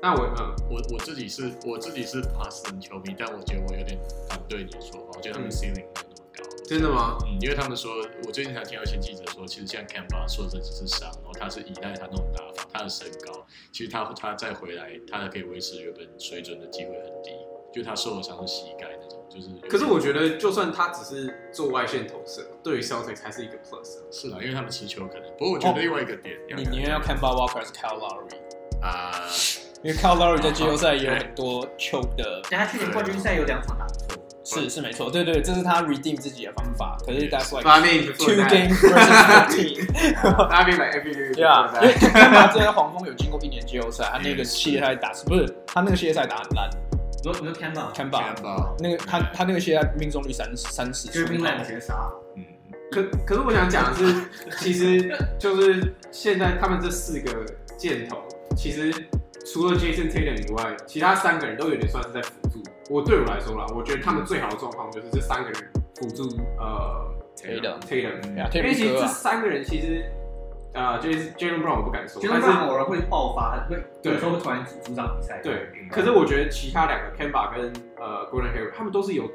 那我嗯
我我自己是我自己是 Boston 球迷，但我觉得我有点反对你的说法，我觉得他们
嗯
ceiling 没有那么高。
真的吗？
嗯，因为他们说，我最近才听到一些记者说，其实像 Camba 说这只是伤，然后他是依赖他那种打法，他的身高，其实他他再回来，他可以维持原本水准的机会很低，就他受的伤是膝盖那种，就是有点。
可是我觉得，就算他只是做外线投射，对于 Celtics 还是一个 plus 啊。
是啦，因为他们持球可能。不过我
哦
觉得另外一个点，
你宁愿要看 Bob Walker 还是 Cal Lowry？
啊，
因为 Cal Lowry 在季后赛也有很多 choke 的，
但他去年冠军赛有两场打不错，
是是没错，对对，这是他 redeem 自己的方法。可是 that's like
发面
two game versus fourteen，
发面 like every
对啊，因为干嘛？之前黄蜂有经过一年季后赛，他那个系列赛打不是他那个系列赛打很烂
你说你说 Kemba，
，Canba 那个他他那个系列赛命中率三三十
就是
出
冰
头，
冷
啊
绝杀，
嗯，
可可是我想讲的是，其实就是现在他们这四个箭头，其实除了 Jason Tatum 以外，其他三个人都有点算是在辅助。我对我来说啦，我觉得他们最好的状况就是这三个人辅助呃
对的
Tatum，
对啊，
因为其
天
实
哥
这
啊，
三个人其实呃就是 Jalen Brown 我不敢说，
就是
但是
让偶尔会爆发，会
对
有时候会突然主主场比赛。
对，可是我觉得其他两个 Kemba 跟呃 Gordon Hayward，他们都是有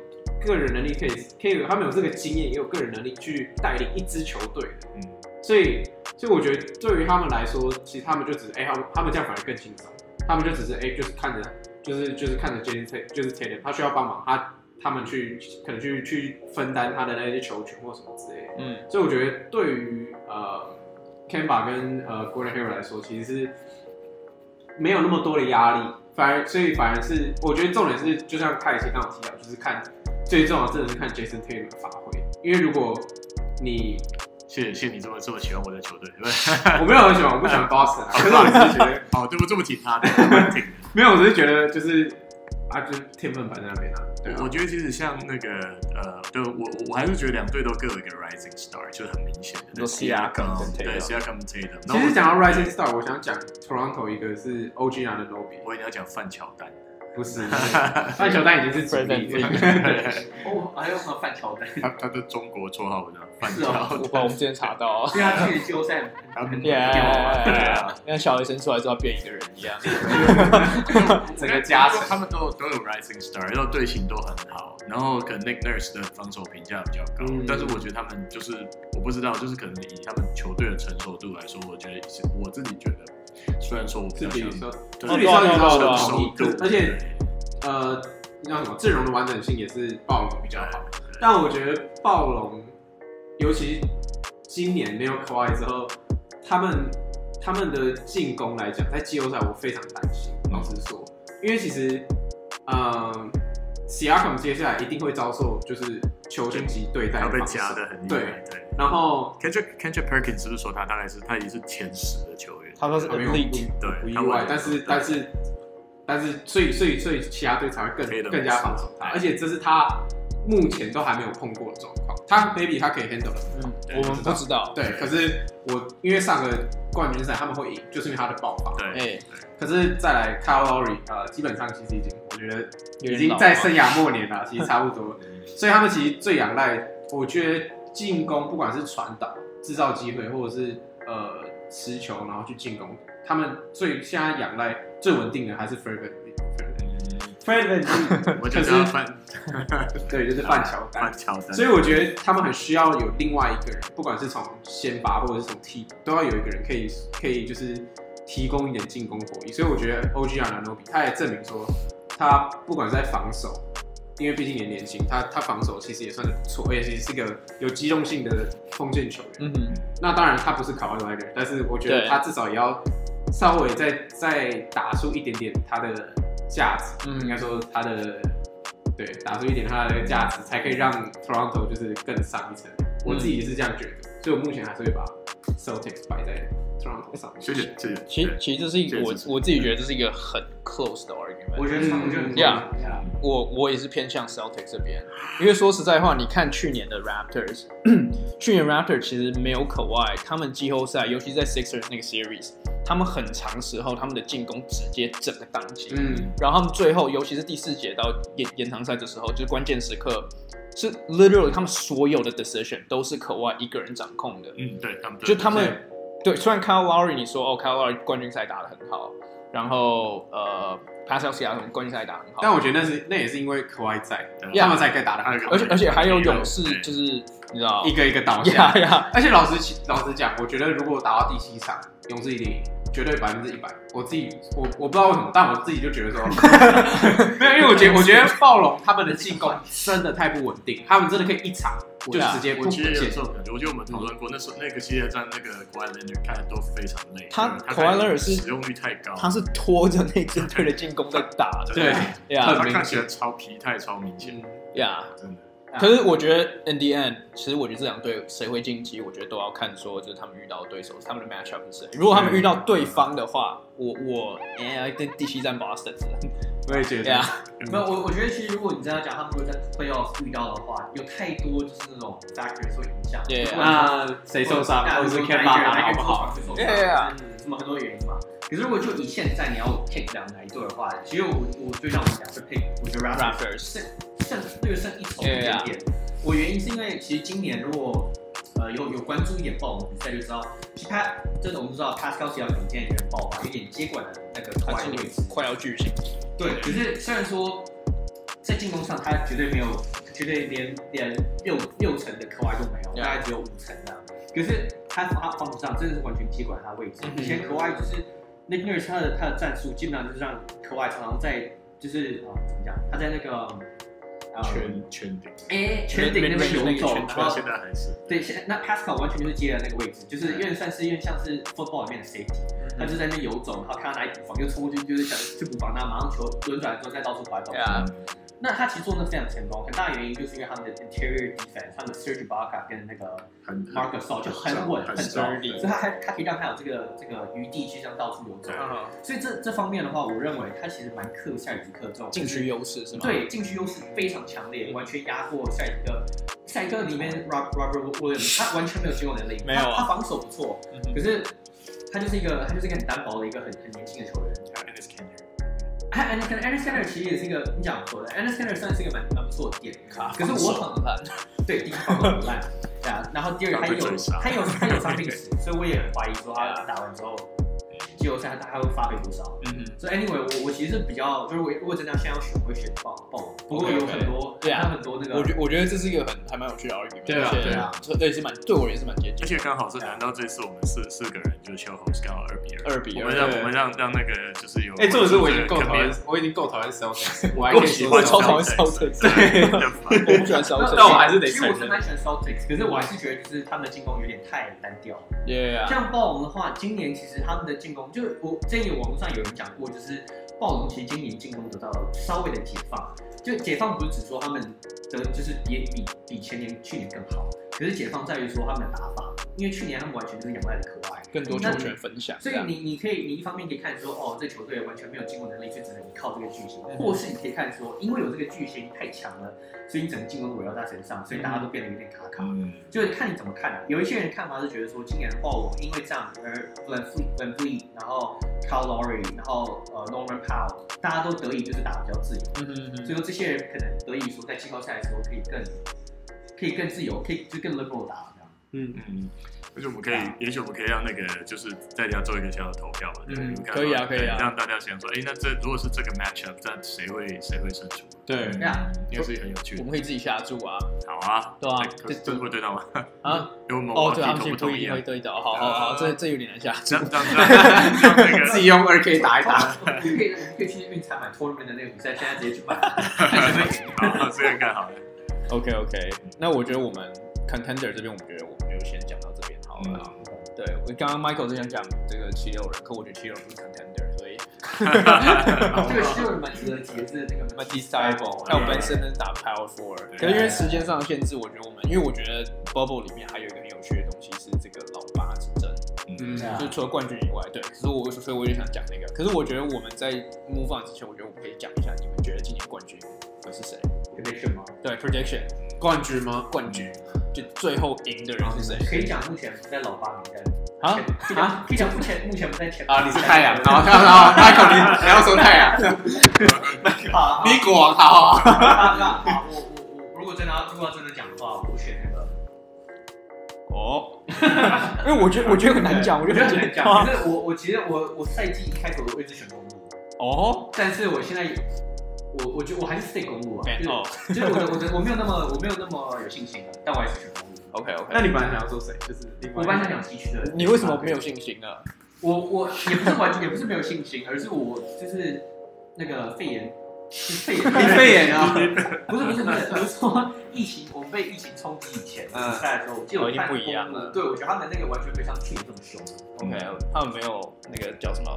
个人能力可以可以，他们有这个经验，也有个人能力去带领一支球队的。
嗯，
所以，所以我觉得对于他们来说，其实他们就只是哎、他们他们这样反而更轻松，他们就只是哎、就是看着，就是就是看着 Jason Tatum，就是 Tatum，他需要帮忙，他他们去可能去去分担他的那些球权或什么之类的。
嗯，
所以我觉得对于呃 Kemba 跟呃 Gordon Hayward 来说，其实是没有那么多的压力，反而所以反而是我觉得重点是，就像他以前刚好提到，就是看最重要真的是看 Jason Tatum 的发挥，因为如果 你
谢谢谢谢你这么这么喜欢我的球队，
我没有很喜欢，我不喜 欢 Boston，啊，可是我只是觉得
好，对不这么挺他， 蛮挺的。
没有，我只是觉得就是啊，就是天分摆在那边啊，对啊
我，觉得其实像那个呃，对我我我还是觉得两队都各有一个 rising star，就是很明显的。
你说 Siakam 跟 Tatum
对 Siakam Tatum。
其实讲到 Rising Star，我想讲 Toronto 一个是 OG 拿的 n o b
我一定要讲范乔丹，
不是，范乔丹已经是主力了，
哦，还有什么范乔丹？
他他的中国绰号我知道，范
是
乔
哦
我
丹。
把我们之前查到 啊，
对啊，去年季后赛
他们
耶
有啊对啊，，
像小学生出来之后变一个人一样，
整个加
他
成。
们都都有 rising star，然后队形都很好，然后可能 Nick Nurse 的防守评价比较高，
嗯
但是我觉得他们就是我不知道，就是可能以他们球队的成熟度来说，我觉得是我自己觉得，虽然说我比
是
较
比如
喜
说
欢，
哦
是
对
比
啊
较
对啊对
高
啊
的
对啊
同意，
对
而且呃，那叫什么阵容的完整性也是暴龙比较好。但我觉得暴龙，尤其今年没有 k a 之后，他们他们的进攻来讲，在季后赛我非常担心。老实说，因为其实，嗯，Siakam 接下来一定会遭受就是球星级对待
他
的
被
方式，
夹的很厉害
对，，
对。
然后
Kendrick Kendrick Perkins 是不是说他大概是他也是前十的球员？
他说是
没有
elite，
对，
不意
他
外
完，全
但是但是但是，所以所以所以其他队才会
黑的
更更加防守他，而且这是他目前都还没有碰过的状况。他 maybe 他可以 handle 的，
嗯，我们不知道，
对。可是我因为上个冠军赛他们会赢，就是因为他的爆发。
对，
哎，
可是再来 c a r l o r y 呃，基本上其实已经我觉得
有
已
点
经
老
在
了
生涯末年了，其实差不多了。所以他们其实最仰赖，我觉得进攻不管是传导、制造机会，或者是呃持球然后去进攻，他们最现在仰赖最稳定的还是 f r e d e n f r e d e n
我就
可
知道
是
范
对，就是范乔丹
范。乔丹，
所以我觉得他们很需要有另外一个人，不管是从先发或者是从替补，都要有一个人可以可以就是提供一点进攻火力。所以我觉得 OG 阿兰诺比他也证明说，他不管是在防守，因为毕竟也年轻，他他防守其实也算是不错，而且其实是个有机动性的锋线球员。
嗯哼，
那当然他不是考外来人，但是我觉
对
得他至少也要稍微再再打出一点点他的价值，
嗯
应该说他的对打出一点他的价值，才可以让 Toronto 就是更上一层。
嗯
我自己是这样觉得，所以我目前还是会把 Celtics 摆在 Toronto 上面。
谢谢谢谢。
其实
对
其实这是一个
对
我
是
我自己觉得这是一个很 close 的 argument，
我觉得他们
嗯
就很
Yeah 我我也是偏向 Celtic 这边，因为说实在话，你看去年的 Raptors，去年 Raptors 其实没有可外，他们季后赛，尤其在 Sixers 那个 series，他们很长时候他们的进攻直接整个宕机，
嗯，
然后他们最后，尤其是第四节到延延长赛的时候，就是关键时刻，是 literally 他们所有的 decision 都是可外一个人掌控的，
嗯，对他们
就他们对，虽然 Kyle Lowry 你说哦，Kyle Lowry 冠军赛打得很好，然后呃 p a s c a l s i a k 冠军赛打得很好，嗯
但我觉得那是那也是因为 k a 在，
对
他们才可以打得
还有
很
一
好
个
而且而且还有勇士
对，
就是你知道
一，个一个
呀
倒下。
呀，
而且老实老实讲，我觉得如果打到第七场，勇士一定赢。绝对百分之一百。我自己我我不知道为什么，但我自己就觉得说， 没有，因为我觉得我觉得暴龙他们的进攻真的太不稳定，他们真的可以一场就直接
啊我
不
其实有
见
这。种感觉，我觉得我们讨论过，那时候那个系列战那个 k a w i l e n a r 看的都非常累，
他
他
Kawhi Leonard 是
使用率太高，
他是拖着那支队的进攻在打的，
对
呀
他看起来超疲态超明显，
呀。
真的。
啊
可是我觉得 in the end，其实我觉得这两队谁会晋级，我觉得都要看说就是他们遇到的对手，他们的 matchup 是谁。如果他们遇到对方的话，我我哎，第第七站 Boston
我也觉得
啊
呀，
没有，我我觉得其实如果你这样讲，他们如果在 playoff 遇到的话，有太多就是那种 factor 受影响。
Yeah.
那啊谁
谁
受伤，或者是 k
看
a
爸
m
爸
打得好不好？？
Yeah.
什么很多原因嘛。可是如果就以现在你要 pick 两哪一队的话，其实我我最让我想是 pick，我觉得 Raptors
Raptors
剩剩略胜一筹一点点。我原因是因为其实今年如果呃有有关注一点爆我们比赛就知道，其实他这种我们知道 Pascal 只要今天有点爆发，有点接管了那个
他
快
今
位
年
置。
快要巨星，
对，可是虽然说在进攻上他绝对没有，绝对连连六六成的科瓦都没有，
Yeah.
大概只有五成这样。可是他他防守上真的是完全接管他位置。以前科瓦就是那 i c k n u r s 他的他的战术基本上就是让科瓦常常在就是呃怎么讲，他在那个呃
圈圈顶，
哎圈顶那边
那个
游走，
圈
然
他
后
现在还是
对，现在那 Pascal 完全就是接了那个位置，就是有点算是有点像是 football 里面的 safety，他
嗯
就在那边游走，然后看到哪里补防就冲过去，就是想去补防，那马上球轮转之后再到处跑来跑去。
Yeah.
那他其实做的非常成功，很大原因就是因为他们的 interior defense，他们的 Serge Ibaka 跟那个
很
Marcus Gasol 就很稳
很
很
sturdy
稳，所以他还他可以让他有这个这个余地去这样到处游走。
嗯
所以这这方面的话，我认为他其实蛮克塞尔吉克这种
禁区优势是吗？
对，禁区优势非常强烈，完全压过赛哥。赛哥里面 Rob Robert Williams 他完全没有进攻能力，
没有啊
他他防守不错，
嗯哼
可是他就是一个他就是一个很单薄的一个很很年轻的球员。
Ennis k e n y
哎，安可能 Alexander 其实也是一个你讲得不错的，Alexander 算是一个蛮蛮不错的点，可是我很
烂，
对第一防守很烂，对啊，然后第二个他也有
他被追杀
他有他有伤病史，所以我也很怀疑说他打完之后季后赛他他会发挥多少。
嗯哼，
所以 anyway，我我其实是比较，就是我如果真的要现在要选，我会选爆爆。不过
OK，OK
有很多，
对啊
还有很多那个，
我觉我觉得这是一个很还蛮有趣的 argument，
对啊
而且
对
啊，
这对是蛮对我也是蛮接近，
而且刚好是难到这次我们四四个人就秋侯 s c o 二比二，
二比
我
二
们，让
对
我们让让那个就是有
哎，这种事我已经够讨厌
commit，，
我已经够讨 厌 Celtics，我还可
够
以
喜
说
欢
我超讨厌 Celtics
对，很烦
我不喜欢烧
那
水
但我还是得
其实我
承
是
认
蛮喜欢 Celtics，可是我还是觉得就是他们的进攻有点太单调。
，Yeah，
像暴龙的话，今年其实他们的进攻，就我之前有网络上有人讲过，就是暴龙其实今年进攻得到了稍微的解放。就解放不是只说他们的就是也比比前年去年更好，可是解放在于说他们的打法，因为去年他们完全就是仰赖的可爱。
更多球权分享，
所以你你可以，你一方面可以看说，哦，这球队完全没有进攻能力，就只能依靠这个巨星，或是你可以看说，因为有这个巨星太强了，所以你整个进攻都围绕在身上，所以大家都变得有点卡卡。
嗯，
就是看你怎么看啊。有一些人看法是觉得说，今年的暴龙因为这样而 Van Fleet、Van Fleet，然后 Cal Lowry，然后呃 Norman Powell，大家都得以就是打得比较自由，
嗯哼
所以说这些人可能得以说在季后赛的时候可以更可以更自由，可以就更 liberal 打这样。
嗯，
嗯，或许我们可以，也许我们可以让那个就是在家做一个小小投票吧。
嗯
对我们看
可以啊
对
可以啊
让大家想说，哎，那这如果是这个 matchup，那谁会谁会胜出？
对
嗯
对啊，
也是很有趣
我
的。
们可以自己下注啊
好啊，
对啊
这这会对到吗？
啊！
因为我们
哦，对，他们
同
其实不
同
一
意
定
啊
会？对到，好好好，这这有点难下注
这，样这样这样这样那个
自己用二 K 打一打，
哦我们可以我们可以去运彩买 tournament 的那个比赛，现在直接去买，还是会赢。
好，这个更好了。
OK OK，那我觉得我们 contender 这边，我们觉得我们就先讲到这边好了。对我刚刚 Michael 是想讲这个七六人，可我觉得七六人不是 contender，所以
这个是有人蛮值得提的，是那个呃
m a t i s i b o 还有 Ben Simmons 打 Power Four，
对
可是因为时间上的限制，我觉得我们因为我觉得 Bubble 里面还有一个很有趣的东西是这个老八之争，
嗯，
对啊
就是除了冠军以外，对，可是我所以我就想讲那个，可是我觉得我们在 move on 之前，我觉得我们可以讲一下你们觉得今年冠军会是谁？
prediction 吗？
对，prediction
冠军吗？嗯
冠军，就最后赢的人是谁？
可以讲目前在老八名单。
啊？
啊，可以讲目前目前不在前
啊，你是太阳，好，太阳，Michael，你你要说太阳，
好，
你国王，好好，
那那好，我我我如果真的要如果要真的讲的话，我选那个，
哦，因为我觉得我觉得很难讲，
我
觉得
很
很
难讲。
啊
可是我我其实我我赛季一开头我一直选公路，
哦，
但是我现在我我觉得我还是 stay 公路
嗯
啊
没，哦
就是就是我的我的我没有那么我没有那么有信心了，但我还是选公路。
，OK OK，
那你本来想要说谁？就是另外
我
一
本来
个
想讲西区的，
你为什么没有信心呢？啊
我我也不是完全也不是没有信心，而是我就是那个肺炎，是肺炎
肺炎啊，
不是不是不是，我是说疫情，我们被疫情冲击以前比
嗯
赛的时候，我记得
哦
我
已经
看
不一样
公路对，我觉得他们那个完全没有像去年这么凶。
OK，他们没有那个叫什么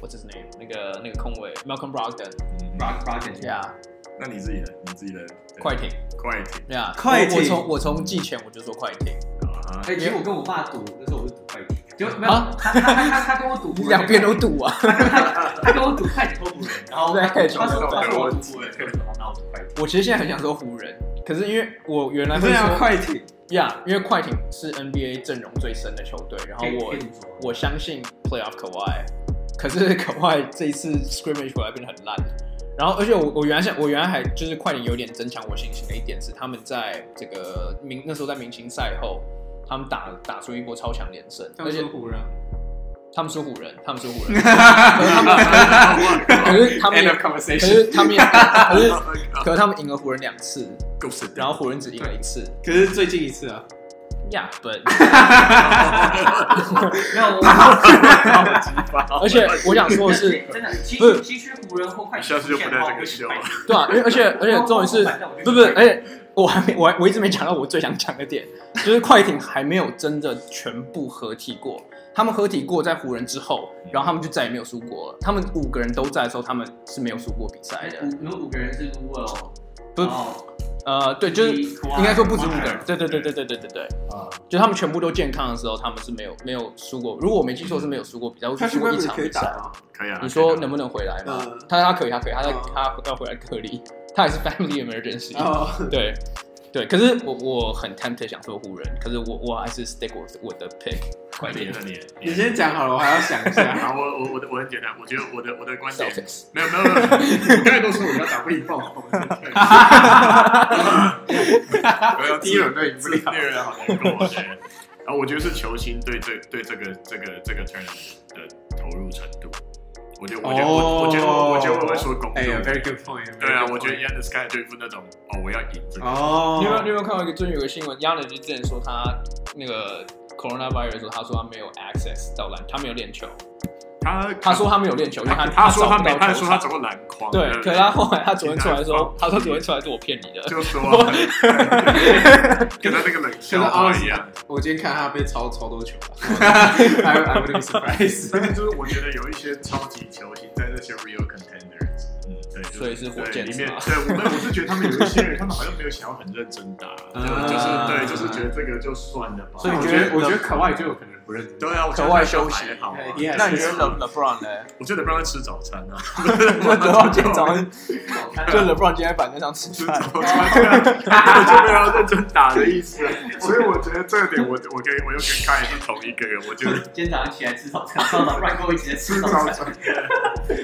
，What's his name？那个那个控卫 Malcolm Brogdon，Yeah，
Rock Rock
那你自己的，你自己的
快艇
快艇
，Yeah，
快艇
我我从我从季前我就说快艇，
啊，
哎，其实我跟我爸赌，那时候我是赌快艇，结果没有，
啊
他他他他他跟我赌，
你 两边都赌啊。
他跟我赌快艇都不人，然后
对
他说他
全
说
都
他
没有
说我
问
赌湖人，我说好那我赌快艇。
我其实现在很想说湖人，可是因为我原来
你
会
这样
说
快艇，
，Yeah，因为快艇是 NBA 阵容最深的球队，然后
可以
我
可以这么说
我相信 Playoff 可 a 可是 可 a 这一次 scrimmage 回来变得很烂。然后，而且我我原来想，我原来还就是快点有点增强我信心的一点是，他们在这个明那时候在明星赛后，他们打打出一波超强连胜，
他
而
们
且
说湖人，啊
他们是湖人，他们是湖 人，可是他们
End
也
of
可
conversation。
是他们也可是可是他们赢了湖人两次，
够神，
然后湖人只赢了一次
可是最近一次啊，
，Yeah，but
没有，我
而且我想说的是，
真的，其
不是
实其实湖人或快艇
下次就不带这个秀
秀
了
对啊，因为而且而且重点是，不是不是，而且我还没我还我一直没讲到我最想讲的 点，就是快艇还没有真的全部合体过。他们合体过在湖人之后，
嗯
然后他们就再也没有输过了。他们五个人都在的时候，他们是没有输过比赛的。
嗯
五，你们五个人是 Will，
哎不是呃，对，就是
啊
应该说不止五个人。对对对对对对对对，
啊，
就他们全部都健康的时候，他们是没有没有输过。如果我没记错是没有输过比赛，或者
他
输
是
过
外
一
面
场
可
比
以打
赛。
吗？
可以啊，
你说能不能回来吗
嗯？
他他可以，他可以，他在
嗯
他要回来隔离，他也是 family emergency。
啊
哦，
对，对，可是我我很 tempted 想说湖人，可是我我还是 stick with 我的 pick
快艇？那你
你先讲好了，我还要想一 下。
好，我我我的我很简单，我觉得我的我的观点
Celtics。
没有没有，没有，我刚才都说我要打不赢暴龙，我要
第一轮都赢不了
第二轮好难过。对然后我觉得是球星对这对这个这个这个 tournament 的投入程度，我觉得我觉得我我觉得我我觉得我会说公
哎呀
路。
，very good point。
对啊，我觉得 Yanis 开始对付那种哦，我要赢这个。
哦，
你有没有你有没有看到一个最近有个新闻，亚伦就之前说他那个 coronavirus 的时候，他说他没有 access 到篮，他没有练球，
他
他说他没有练球，因为
他
他
他说他没，
他
他
找
说
不
他
到
走
球场
过篮筐。
对，
不
可是他后来他昨天出来
篮
说
筐，
他说昨天出来说我啊骗你的，
就说啊 跟他那个冷笑话一样。
我今天看他被超超多球 了，I I wouldn't be surprised。
但是就是我觉得有一些超级球星在那些 real contenders，嗯，对，就是
所以是火箭
对里
是
面
吗，
对我们我是觉得他们有一些人，他 们好像没有想要很认真打，对
啊
就是对，就是觉得这个就算了吧。
所以我觉得，我觉得可外就有可能不认真。
对啊，我觉得
格外休息哎
还好啊。
对，yeah
那你觉 得 Le LeBron 呢？
我觉得让他吃早餐 啊，
就 LeBron 今天早上，就
就
LeBron 今天在板凳上吃
吃
饭
早。餐，对啊，我就没有认真打的意思。 所以我觉得这个点，我我跟我又跟凯也是同一个人，我觉得
今天早上起来吃早餐， 然后 r a n g o 一直在吃
吃
早
早
餐，
餐。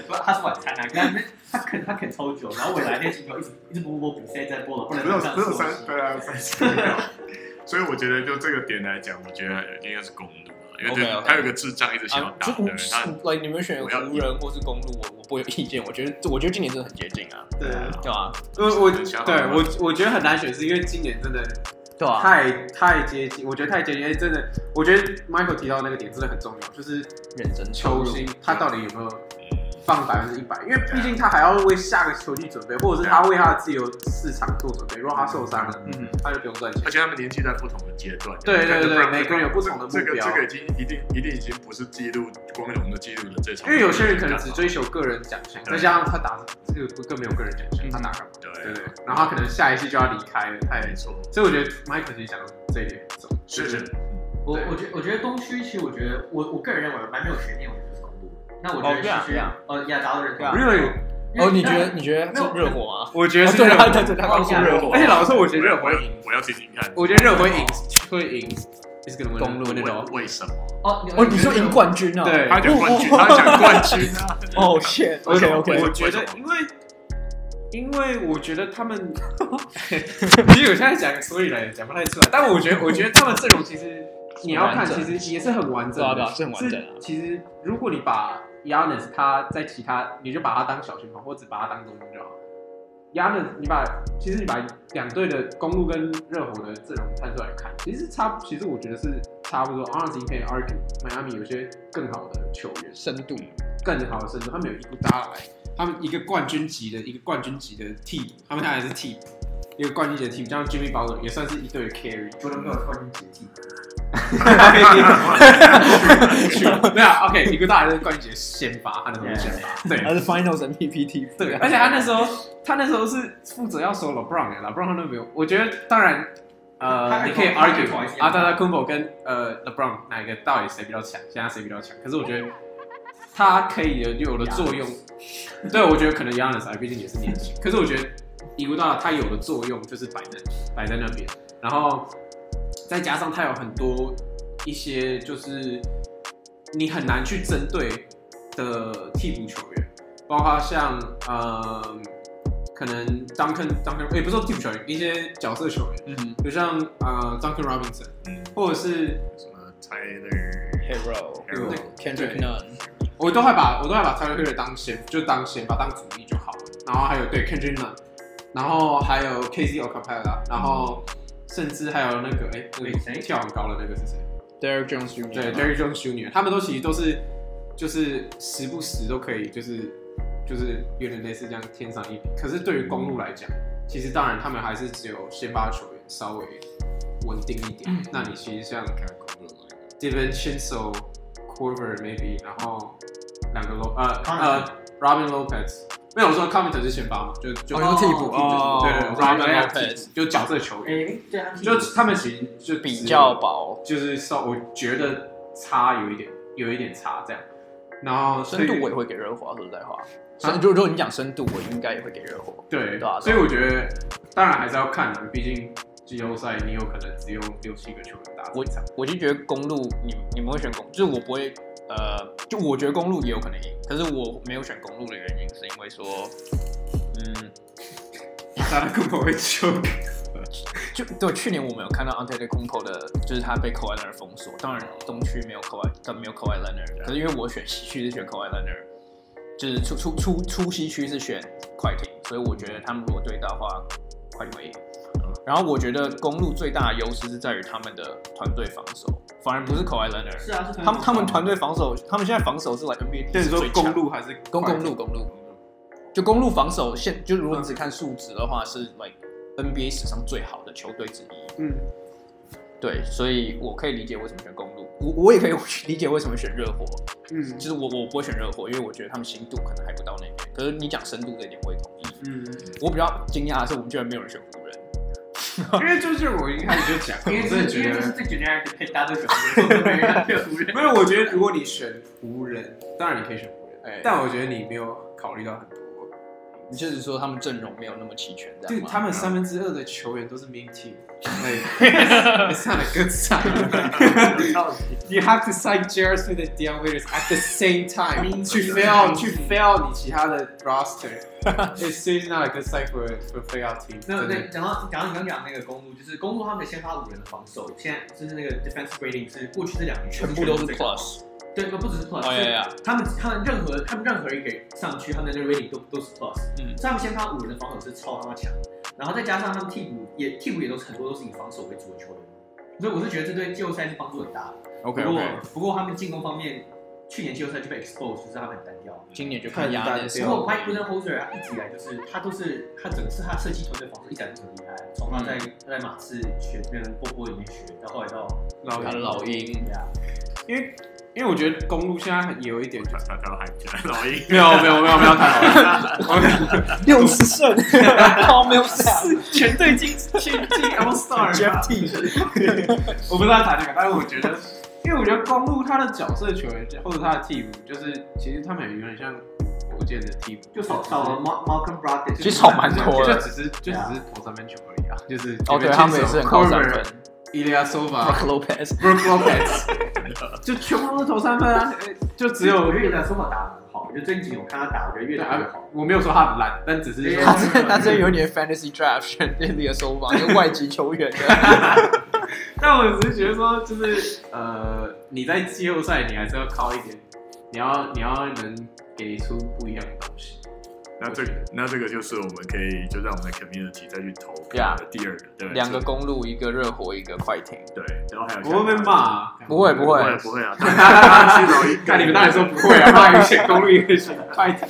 不他是晚餐啊，但是他啃他啃超久，然后我来练习球一直一直播播比赛在播了，不能
只有
这样
只有
休息
三对啊，三十秒。所以我觉得就这个点来讲，我觉得应该是公路啊，因为这
OK，OK
他有个智障一直想要
啊，
打
就
的人，他
like 你们选
我要
湖人或是公路，我我不会有意见。我觉得我觉得今年真的很接近啊，
对啊，
对吧？
我我对我我觉得很难选，是因为今年真的
对啊，
太太接近，我觉得太接近，哎真的，我觉得 Michael 提到那个点真的很重要，就是
认真
球星他到底有没有放百分之一百，因为毕竟他还要为下个球季准备，或者是他为他的自由市场做准备。如果他受伤了，
嗯，
他就不用赚钱
而。且他们年纪在不同的阶段，
对对
这
对
个
每个人有不同的目标
这个这个已经一定一定已经不是记录光荣的记录的这种，
因为有些人可能只追求个人奖项，再加上他打这个更没有个人奖项，他打干嘛？对
对
不嗯对？然后他可能下一季就要离开了，他也
没错，
所以我觉得 Michael 其实讲的这一点很重要，
是是
我我觉我觉得东区其实我觉得我我个人认为蛮没有悬念，我觉得是公路。那我觉
哦
得
对啊
其实呃亚达的人
因为
因为
哦，你觉得你觉得是热火啊？
我觉得
哦
是
对
热
啊，
火，
对对，他
哦
刚说热火
而，且老实说，我觉得热
我
火
我要
赢，
我要听听看，
我觉得热火赢会赢，is gonna win
公路那种。
为什么？
哦
哦，你说赢冠军啊？
对
他讲冠军，他讲冠军啊！
哦，shit。
我
OK
我
OK，
为
觉得
什，么
因为因为我觉得他们， 其实我现在讲所以来讲不太出来，但我觉得我觉得他们阵容其实你要看，
很完
其
整
实也是很完整
对啊对
的
啊，是很完整啊
是其实如果你把 Yanis 他在其他，你就把他当小前锋，或者把他当中锋就好。Yanis，你把其实你把两队的公路跟热火的阵容摊出来看，其实差，其实我觉得是差不多。Honestly，可以 argue 迈阿密有些更好的球员，
深度，
更好的深度，他们有伊布达来，他们一个冠军级的一个冠军级的替补，他们现在还是替补，一个冠军级的替补，加上 Jimmy Butler 也算是一队的 carry。
我能不能冠军解禁？
对啊，OK，一个大还是冠军节先发，他那时候是先发，对
他是 Finals MVP 替补，
对，而且他那时候他那时候是负责要收 LeBron 的，LeBron 他都没有，我觉得当然。
他
呃，
还
你可以
投他还
argue 啊
投一些
阿达达 Kumbo 跟呃 LeBron 哪一个到底谁比较强，现在谁比较强？可是我觉得他可以有有的作用，对我觉得可能 Yanis 啊，毕竟也是年轻。可是我觉得伊古达他有的作用就是摆在摆在那边，然后再加上他有很多一些就是你很难去针对的替补球员，包括像呃可能 Duncan Duncan 也、不是说替补球员，一些角色球员，
嗯
比如像呃 Duncan Robinson，
嗯，
或者是
什么 Tyler
Hero
Hero
对
Kendrick
对
Nunn，
我都会把我都会把 Tyler Hero 当先，就当先把当主力就好了。然后还有对 Kendrick Nunn，然后还有 KZ Ocapella，然后甚至还有那个哎，那个
谁
跳很高的那个是谁？
Derrick Jones Jr.
对 Jerry Jones Jr.，他们都其实都是就是时不时都可以，就是就是有点类似这样天上一笔。可是对于公路来讲，其实当然他们还是只有先发球员稍微稳定一点。那你其实像 Devin Chinso、Corver maybe，然后两个 Lo 呃呃 Robin Lopez，没有我说 Comment 是先发嘛，就就
哦你说替补哦
对对对
Robin
，Robin
Lopez
Lopez 就角色球员，
哎，对啊，
就他们其实就只
比较薄，
就是稍，我觉得差有一点，有一点差这样。然后所以
深度我也会给热火，说实在话。
啊
深，如如果你讲深度，我应该也会给热火。
对
对啊
所以我觉得当然还是要看的，毕竟季后赛你有可能只用六七个球员打这一场。
我就觉得公路，你你们会选公，就是我不会，呃，就我觉得公路也有可能赢，可是我没有选公路的原因是因为说，嗯，
打的更不会 球。
就对，去年我们有看到 a n t e d e k u m p o 的，就是他被 Kawhi Leonard 封锁，当然东区没有 Kawhi，但没有 Kawhi Leonard，可是因为我选西区是选 Kawhi Leonard，就是出出出出西区是选快艇，所以我觉得他们如果对到的话，快艇会赢。然后我觉得公路最大的优势是在于他们的团队防守，反而不是 Kawhi Leonard，
是啊，是
他们他们团队防守，他们现在防守是来 NBA
但
历
是
史
说
最
公
强。
路还是
公公路公路，就公路防守现就如果你只看数值的话，是 like NBA 史上最好的球队之一。
嗯，
对，所以我可以理解为什么选公路，我我也可以理解为什么选热火。
嗯
就是我我不会选热火，因为我觉得他们新度可能还不到那边。可是你讲深度这一点，我也同意。
嗯，
我比较惊讶的是，我们居然没有人选湖人。
因为就是我一开始就 讲，
因为
我
这
真的
是因
觉
为这是
得，
最 generic 的大家都 选
没有，我觉得如果你选湖人，当然你可以选湖人，
哎，
但我觉得你没有考虑到很多，
你就是说他们阵容没有那么齐全，这
对
样吗？
他们三分之二的球员都是 main team，哎 ，it's not a good sign。You have to sign J.R. Smith and Deion Waiters at the same time 去 fail 去 fail 你其他的 roster。It's seriously not a good sign for for playoff team。
那
真的
那讲到讲到你刚讲那个公路，就是公路他们的先发五人的防守，现在就是那个 defense rating 是过去这两年
全部都是
这个
plus。
对，不不只是 plus，、
哦呀呀，
他们他们任何他们任何一个上去，他们的 rating 都都是 plus，
嗯
所以他们先发五人的防守是超他妈强，然后再加上他们替补也替补也都是很多都是以防守为主的球员，所以我是觉得这对季后赛是帮助很大的。
OK
不过不过他们进攻方面，去年季后赛就被 expose，就是他们很单调。
今年就看压力。
不过 Mike Budenholzer 啊，一直以来就是他都是他整个是他设计团队防守一直以来都很厉害，从他在、
嗯
他在马刺学那个波波里面学，到后来到
老
他的老鹰
对啊，
因为因为我觉得公路现在有一点
他他他还老鹰，
没有没有没有没有 太好了，
六十 胜，
好 没有事，全队进
去进 All Star 吧
Jeff T，
我不知道谈那个，但是我觉得，因为我觉得公路他的角色球员或者他的替补，就是其实他们有点像火箭的替补，
就
少
少少了 Mal- Malcolm Brogdon，
其实少蛮多
就
的
只是就只是投三分球而已啊，就是
哦，对他们也是很靠三啊分。
，Ilya Sova、
Brook Lopez，
Brook Lopez，就全部都是投三分啊，呃就只有
我觉得他说法打得很好，就最近我看他打，我觉得
对
越打越
啊
好。，
我没有说他很烂，但只是
他
说
真
他这有点 fantasy draft 选 Ilya s o 一个外籍球员的，
但我只是觉得说，就是呃，你在季后赛你还是要靠一点，你要你要能给出不一样的东西。
那这个那这个就是我们可以就让我们的 community 再去投票
Yeah
的第二个，对，
两个
就
公路，一个热火，一个快艇。
对，然后还有
我会被骂啊，
不会不
不
会
会不 会啊，大家大家去容易
看你们当然说不会啊，骂有些功率也是快艇，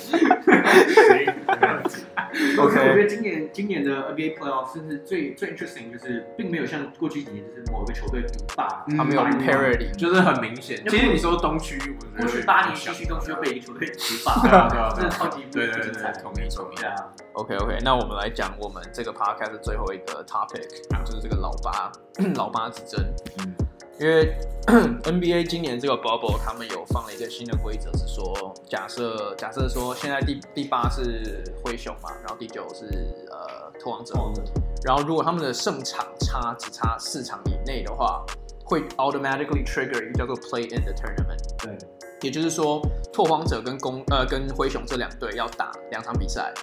啊
我觉得今年今年的 NBA playoff 甚至最最 interesting 就是，并没有像过去几年就是某一个球队独霸，
嗯
他们有
八年
parity，
就是很明显。其实你说东区，我觉
过
得
去八年西区东区都被一个球队独
对啊
霸，
对啊
真
对
的
啊
超级
对对对
精彩
对，
同意同意
对啊，
OK OK，那我们来讲我们这个 podcast 的最后一个 topic，就是这个老八老八之争。
嗯
因为 NBA 今年这个 bubble 他们有放了一个新的规则，是说假设假设说现在第第八是灰熊嘛，然后第九是呃拓王者，
哦，
然后如果他们的胜场差只差四场以内的话，会 automatically trigger 一个叫做 play in 的 tournament。
对，
也就是说，拓荒者跟公呃跟灰熊这两队要打两场比赛，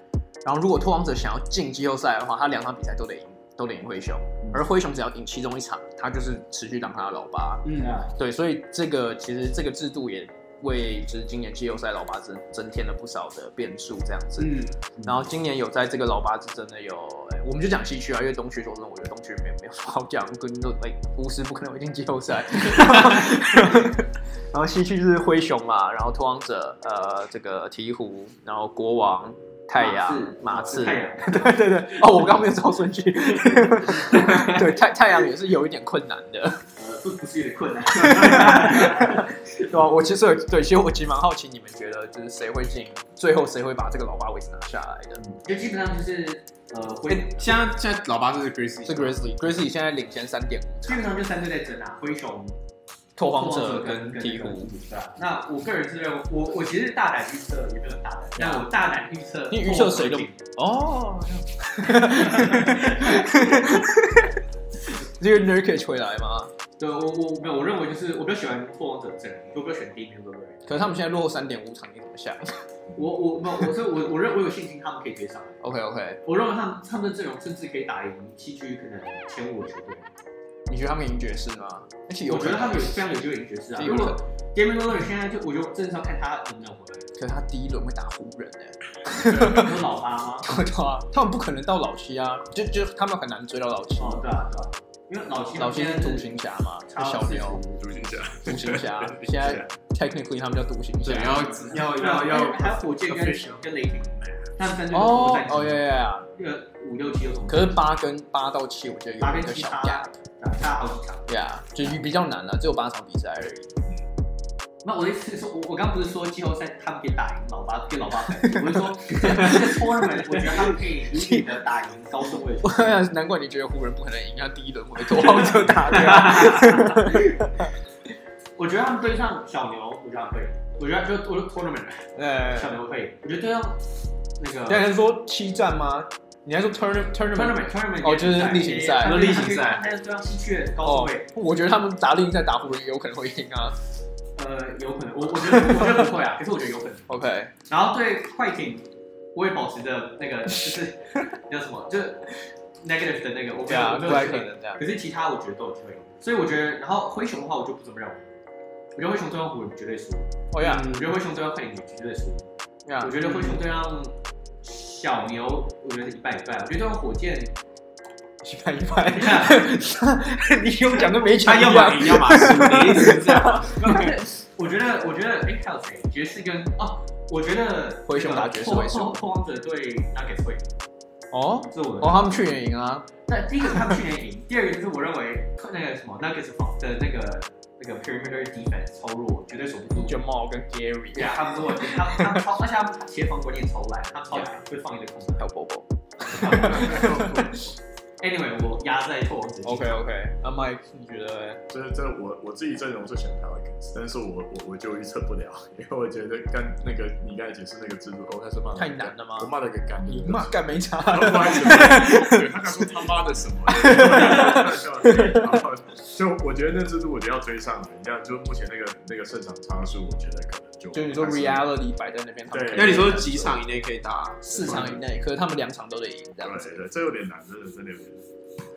然后如果拓荒者想要进季后赛的话，他两场比赛都得赢，都得赢灰熊，而灰熊只要赢其中一场，他就是持续当他的老八。
嗯啊，
对，所以这个其实这个制度也为就是今年季后赛老八增增添了不少的变数，这样子。
嗯，
然后今年有在这个老八字真的有，哎我们就讲西区啊，因为东区说真的，我觉得东区没有没有什么好讲，跟都哎巫师不可能会进季后赛。然后西区就是灰熊嘛，然后拓荒者，呃，这个鹈鹕，然后国王、太阳、马刺，
哦太阳，
对 对对。哦，我刚刚没有照顺序。 对，太太阳也是有一点困难的。
呃，不不是有点困难，
对啊，我其实有对，其实我其实蛮好奇，你们觉得就是谁会进，最后谁会把这个老八位置拿下来的？
就基本上就是呃，
哎
灰，
现在现在老八就是 Grizzly，
是 Grizzly，Grizzly 现在领先三点五
基本上就三队在争啊，灰熊、
拓荒
拓
者
荒
跟鹈鹕。
对啊。那我个人是认为，我我其实大胆预测，也没有大胆，但我大胆预测，
你预测谁都
拓荒者
哦，这个 Nurkic 回来吗？
对我我没有，我认为就是我比较喜欢拓王者阵容，我比较选第一名的人。
可是他们现在落后三点五场，你怎么想
我我没有，我是我我认我有信心他们可以追上来。
？OK OK，
我认为他们他们的阵容甚至可以打赢西区可能前五的球队。
你觉得他们赢爵士吗？而且有
我
可
觉
能
得他们有非常有机会赢爵士啊。
有
如
可
果
能，
d a m i n l i l l 现在就我觉得真的是要看他能不能回来。
可是他第一轮会打湖 人哎、
你说老八吗？
对啊，他们不可能到老七啊，就就他们很难追到老七。
哦，对啊对啊，因为老七
老七
现
是
在
独行侠嘛，
差
小牛
独行侠，
独行侠，现在 technically 他们叫独行
对，
侠。
要要
对啊
哦要要
还有火箭跟
official
跟雷霆，他们三队都
哦
在
哦耶耶，
个五六七都同
可是八跟八到七，我觉得
八
有
跟
一个
七
小
差
gap。
打打好几场。
Yeah，就是比较难了，只有八场比赛而已。
那我的意思是说，我我刚不是说季后赛他们可以打赢老八，跟老八打赢，我是说 这个 tournament，我觉得他们可以理的打赢高顺 位。
难怪你觉得湖人不可能赢，他第一轮回头王者打 掉。
我觉得他们对上小牛，我觉得他们会赢。我觉得就我就 tournament
呃，
小牛会赢。我觉得对上那个
你还说七战吗？你还说 turn tournament？
tournament tournament
哦就是例行赛
对
例行赛
他们对上西区的高
哦
顺位，，
我觉得他们打另一赛打湖人有可能会赢啊。
呃，有可能，我我觉得我觉得不会啊，可是我觉得有可能。
OK，
然后对快艇，我也保持着那个 就是叫什么，就是 negative 的那个，我不
对啊，
要，
不
我没
太
有
可能这样。
可是其他我觉得都有机会赢，所以我觉得，然后灰熊的话我就不怎么认为，我觉得灰熊对上湖人绝对输，
哦呀
我觉得灰熊对上快艇也绝对输，
呀
嗯我，觉得灰熊对上小牛，我觉得是一半一半，我觉得对上火箭，
一拍一拍， 你有讲跟没讲
他
一
要么
样。
赢要么 输，你一直这样。
我觉得我觉得哎还有谁？爵士跟哦，我觉得
灰熊打爵士
那个
会输
拓拓荒者对 Nuggets 会赢，
哦
这是我的
哦，他们去年赢啊。
但第一个他们去年赢，第二个就是我认为那个什么 Nuggets 防的那个那个 perimeter defense 超弱，绝对守不住。
Jamal 跟
对
Gary，
啊，他们弱，他们他们超，而且他们协防观念超烂，他们超强，会放一个空
还有 Bobo。
档。anyway，我压在拓王者。
OK OK，那啊 Mike 你觉得嘞？
这这我我自己阵容是选 Pelicans，但是我我我就预测不了，因为我觉得干那个你刚才解释那个制度，哦，他是骂
太难了吗
我骂了个干，
你骂干没差。
然后不好意思，对他刚说他妈的什么？然后就我觉得那制度，我觉得要追上人家，就目前那个那个胜场差数，我觉得可能就
就你说
还是
reality 摆在那边，他们
对
可以
那你说几场以内可以打？
四场以内，可是他们两场都得赢这样子。
对对，这有点难，真的真的有点难。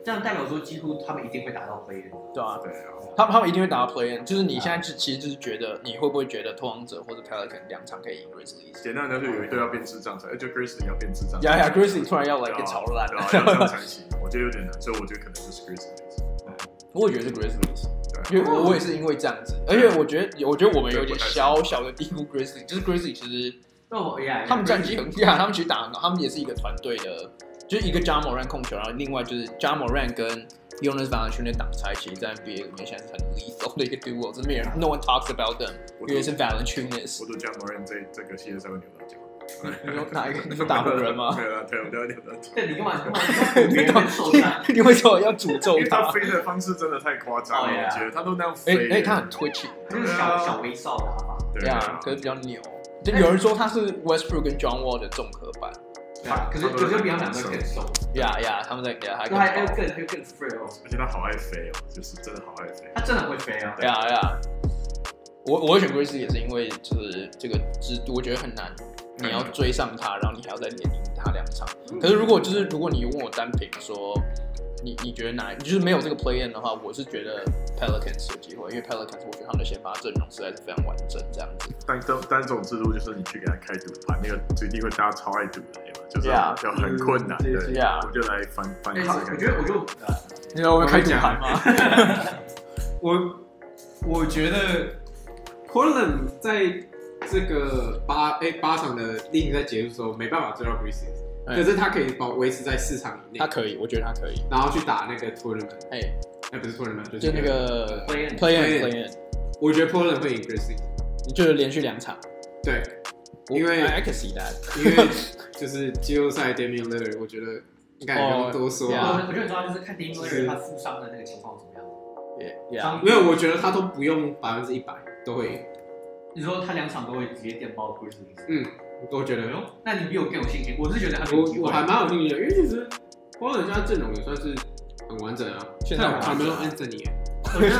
这样代表说几乎他们一定会打到 play。
对啊，
对啊，
他们他们一定会打到 play in，就是你现在就其实就是觉得你会不会觉得拓荒者或者 Pelican 两场可以赢 Grizzlies？
简单来说，有一队要变智障才，呃就 Grizzly 要变智障才
呀
行。
呀，Grizzlies 突然要来
对啊
给炒烂
对
了
啊，，要这样才行。我觉得有点难，所以我觉得可能就是 Grizzly。
我也觉得是 Grizzlies。
对
因为我我也是因为这样子，而且我觉得，我觉得我们有点小小的低估 Grizzly，就是 Grizzly 其实
那我呀，
他们战绩很厉害，他们其实打很好，他们也是一个团队的，就是一个 j a m o r a n 控球，然后另外就是 j a m o r a n 跟 Jonas Valanciunas 的挡拆，其实在 NBA 里面现在是很 lethal 的一个 duo，真的没人 no one talks about them，
我
因为是
都
Valanciunas，
我都 John Moran 这这个系列赛会扭到脚。
你说哪一个？你说打湖人吗？
对啊，对，我都要扭到脚。
对，你 干嘛？别人受伤，
你为什么要诅咒
因为他
他？
飞的方式真的太夸张了，
哦
我
，yeah
觉得他都那样
哎
飞。
哎，他很 twitchy，
就是小
啊
小威少打法。
对
对啊
啊，，
可是比较牛。就有人说他是 Westbrook 跟 John Wall 的综合版，
对啊，可是可是比他们两个更熟，
呀呀，他们在给他
就还
更
还
高
更还更 free 哦，
而且他好爱飞哦，就是真的好爱飞。
他真的很会飞啊。
呀呀，我我会选 Grace 也是因为就是这个制度，我觉得很难，你要追上他，然后你还要再连赢他两场。
嗯
可是如果就是如果你问我单凭说，你你觉得哪就是没有这个 play in 的话，我是觉得 Pelicans 有机会，因为 Pelicans 我觉得他们的先发阵容实在是非常完整，这样子。
但这但这种制度就是你去给他开赌盘，那个最低会大家超爱赌的，对吧？就是
Yeah
要很困
嗯
难。对
Yeah
我就来翻翻一
对，
次
我
看
觉得
看。
我就
你要
我开赌
牌
盘
吗？
我我觉得 Portland 在这个八哎八场的例行赛结束的时候没办法追到 Grizzlies，、
哎
可是他可以保维持在四场以内
他，可以，我觉得他可以。
然后去打那个 tournament，
哎、
哎、不是 tournament，就是
就那个
play in
play in
Play in
play in，
我觉得 Portland 会赢 Grizzlies，
你就是连续两场，
对，
我
因为
I I can see that。
因为就是季后赛 Damian l i l l a r 我觉得应该也不用多说啊
我
了
哦
我就很重要就是看丁威人他负伤的那个情况怎么样。
Yeah,
伤
因为我觉得他都不用百分之一百都会赢，
你说他两场都会直接电爆 Grizzlies，
我觉得
没有？那你比我更有信心，我是觉得他们有
我
机会。
我还蛮有信心的，因为其实 Portland 现在阵容也算是很完整啊，
现在很完整
Carmelo Anthony 耶。
我觉得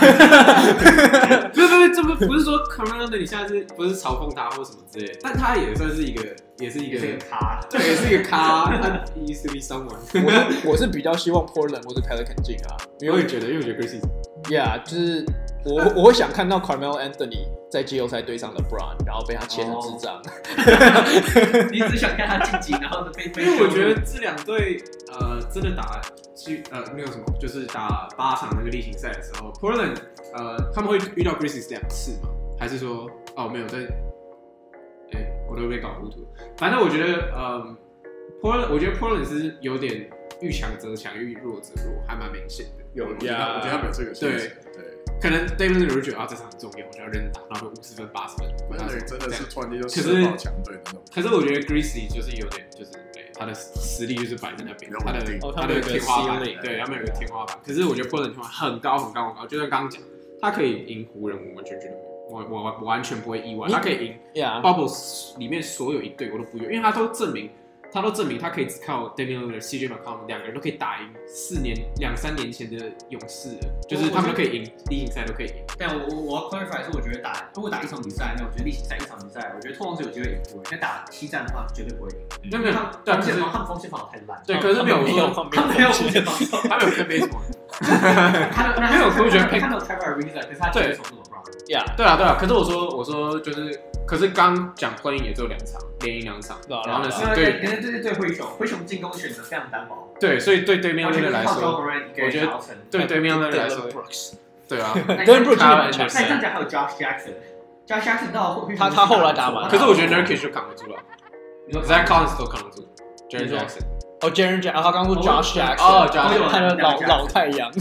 没有没有，这不不是说 Carmelo Anthony 现在是不是嘲讽他或什么之类的，但他也算是一个，也是一
也
个
是，个咖，
对，也是一个咖，他 used to be someone。
我是 我是比较希望 Portland 或者 Pelican 进啊，因
我
为
也觉得，因为我觉得 Grizzlies
Yeah，就是我我会想看到 Carmelo Anthony 在季后赛对上 LeBron，然后被他切
哦
成智 障。
你只想看他晋级，然后被被。
因为我觉得这两队呃真的打去呃那个什么，就是打八场那个例行赛的时候，Portland 呃他们会遇到 Grizzlies 两次吗？还是说哦没有在？哎、我都被搞糊涂了。反正我觉得呃 Portland，我觉得 Portland 是有点遇强则强，遇弱则弱，还蛮明显的。
有，我觉得
Yeah
我觉得他们有这个信心。哎对，
可能 David 那个人觉得啊这场很重要，我就要认真打，然后五十分八十分，
那
然后
个真的
这样
是突然间就
可是
射爆强队的那种。
可是我觉得 Greasy 就是有点，就是对他的实力就是摆在那边
有，
他的
稳定
哦他
他
们有
的
一个
天花板
ceiling，
对他们有个天花板。可是我觉得波兰天花板很高很高很高，就像刚刚讲，他可以赢湖人，我完全觉得我我我完全不会意外，
你
他可以赢
啊 Yeah，
Bubble 里面所有一队我都不意外，因为他都证明。他都证明他可以只靠 Damian l i l l a r CJ McCollum 两个人都可以打赢四年两三年前的勇士了，就是他们都可以赢例行赛都可以赢。
但我我我要 clarify 是，我觉得打如果打一场比赛，那我觉得例行赛一场比赛，我觉得通常是有机会赢过。但打七战的话，绝对不会赢。
嗯
那没有
他们，
对啊
他们
就是
防他们防线防的太烂。
对，可是没有我说
没
他们没有
风
防
险
线 防 守，
他们有跟没什么。
他们
没有我觉得
他们有 Trevor Ariza，可是他绝对守不住 LeBron。
Yeah，
对啊，对啊。可是我说，我说就是，可是刚讲 playing 也只有两场，连赢两场，
对啊
然后呢
对
是对
对，可是对对对，灰熊，灰熊进攻选择非常单薄，
对，所以对对面
完
那
全
个来
是靠 John
说，
Moran 一个
我觉
人
得
达成。
对对面那个来
Dylan
说，
Brooks，
对啊。
那
Dylan Brooks
那
也蛮强
那这样讲还有 Josh Jackson，Josh Jackson 到后
他他后来打完
可是我觉得 Nurkic 就扛得住了
你说
，Zach Collins 都扛得住，Jaren
你说
Jackson。
哦 Jaren Jackson，他刚刚说
哦
Josh
哦
Jackson，
，Josh
他的老
Jackson
老太阳。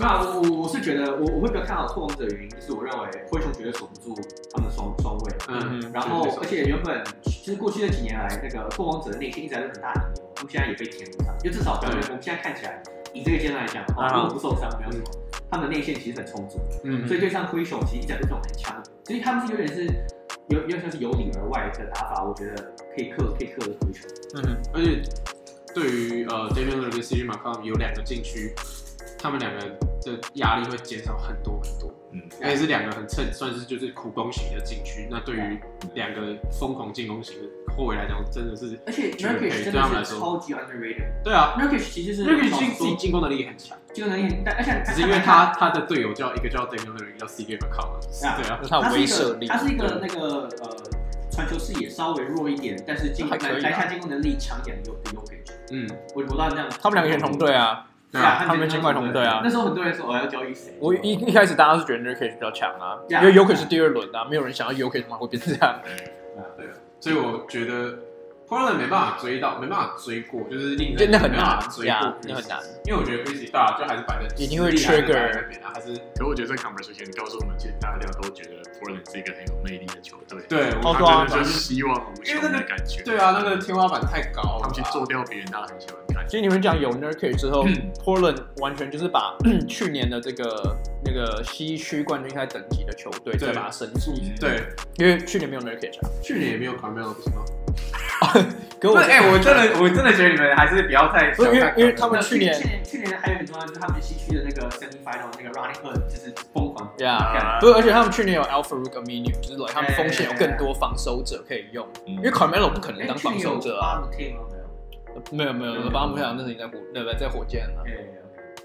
那我我我是觉得我我会比较看好拓荒者的原因，就是我认为灰熊绝对守不住他们的双双位，
嗯，
嗯
然后而且原本就是过去这几年来那个拓荒者的内心一直在很大的疑惑他们现在也被填补上，就至少我们
对
我们现在看起来，以这个阶段来讲，
啊
哦，如果不受伤没有什么，他们的内线其实很充足，
嗯，
所以对上灰熊其实一直在这种很强，所以他们是有点是有有点像是由里而外的打法，我觉得可以克可以克得灰熊。
嗯，
而且对于呃 Damian l i l l a r 跟 CJ McCollum 有两个禁区，他们两个的压力会减少很多很多。
嗯
那也是两个很称，算是就是苦攻型的禁区。那对于两个疯狂进攻型的后卫来讲，真的是
而且
绝对
Nurkic 真
对他们
的
来
是
说
超级 underrated。
对啊，
Nurkic 其实是
那个进自己进攻能力也很强，
进攻能力很，但而且
只是因为他他的队友叫一个叫 d a m i n 一个叫 CJ m c c o l
啊
对啊，
那
他
他
是一
威
个
慑力，
他是一个那个呃传球视野稍微弱一点，但是进
还可以啊
篮下进攻能力强一点的 y o k i c
嗯，
我我到这样，
他们两个选同队，啊，
对
啊
啊，
他们尽管同队啊
那。时候很多人说我哦要交易谁，
我一一开始大家是觉得 n u r k i 比较强啊，因
Yeah
为 y o k i 是第二轮啊，没有人想要 y o k i 他妈会变这样。
哎
所以我觉得 Portland 没办法追到，没办法追过，就是令
真
人
的很
没办
难
法追过
呀
Grizzlies，
那很难。
因为我觉得 Grizzly 大就还是摆在
一定会
实力还是摆
trigger
在那边啊还是
可我觉得这个 conversation 告诉我们，其实大家都觉得 Portland 是一个很有魅力的球队，
对，
哦
我
对啊
他真的就是希望无穷的感觉。
对啊，那个天花板太高了吧，啊
他们去做掉别人，大家很喜欢看。
其实你们讲有 n u r k i 之后，Portland
嗯
完全就是把 去年的这个那个西区冠军赛等级的球队
对
再把它升级，
对，
因为去年没有 n u r k i 啊。
去年也没有 Carmelo 不是吗？
可我
哎、我真的我真的觉得你们还是不要太
不是因为因为他
那
们去年
去年去年还有很重要，就是他们西区的那个 semi final 那个 Ronnie Hood 就是疯狂
Yeah，
啊
不是，而且他们去年有 Alpha r u g a m i n u 就是
哎
like 他们锋线有更多防守者可以用，
嗯
因为 Carmelo 不可能
哎
当
去
防
年
守
有
者啊。
巴姆特吗？
啊
没有没有，
嗯
巴姆特那是你在火，对不对？在火箭了，
没有，哎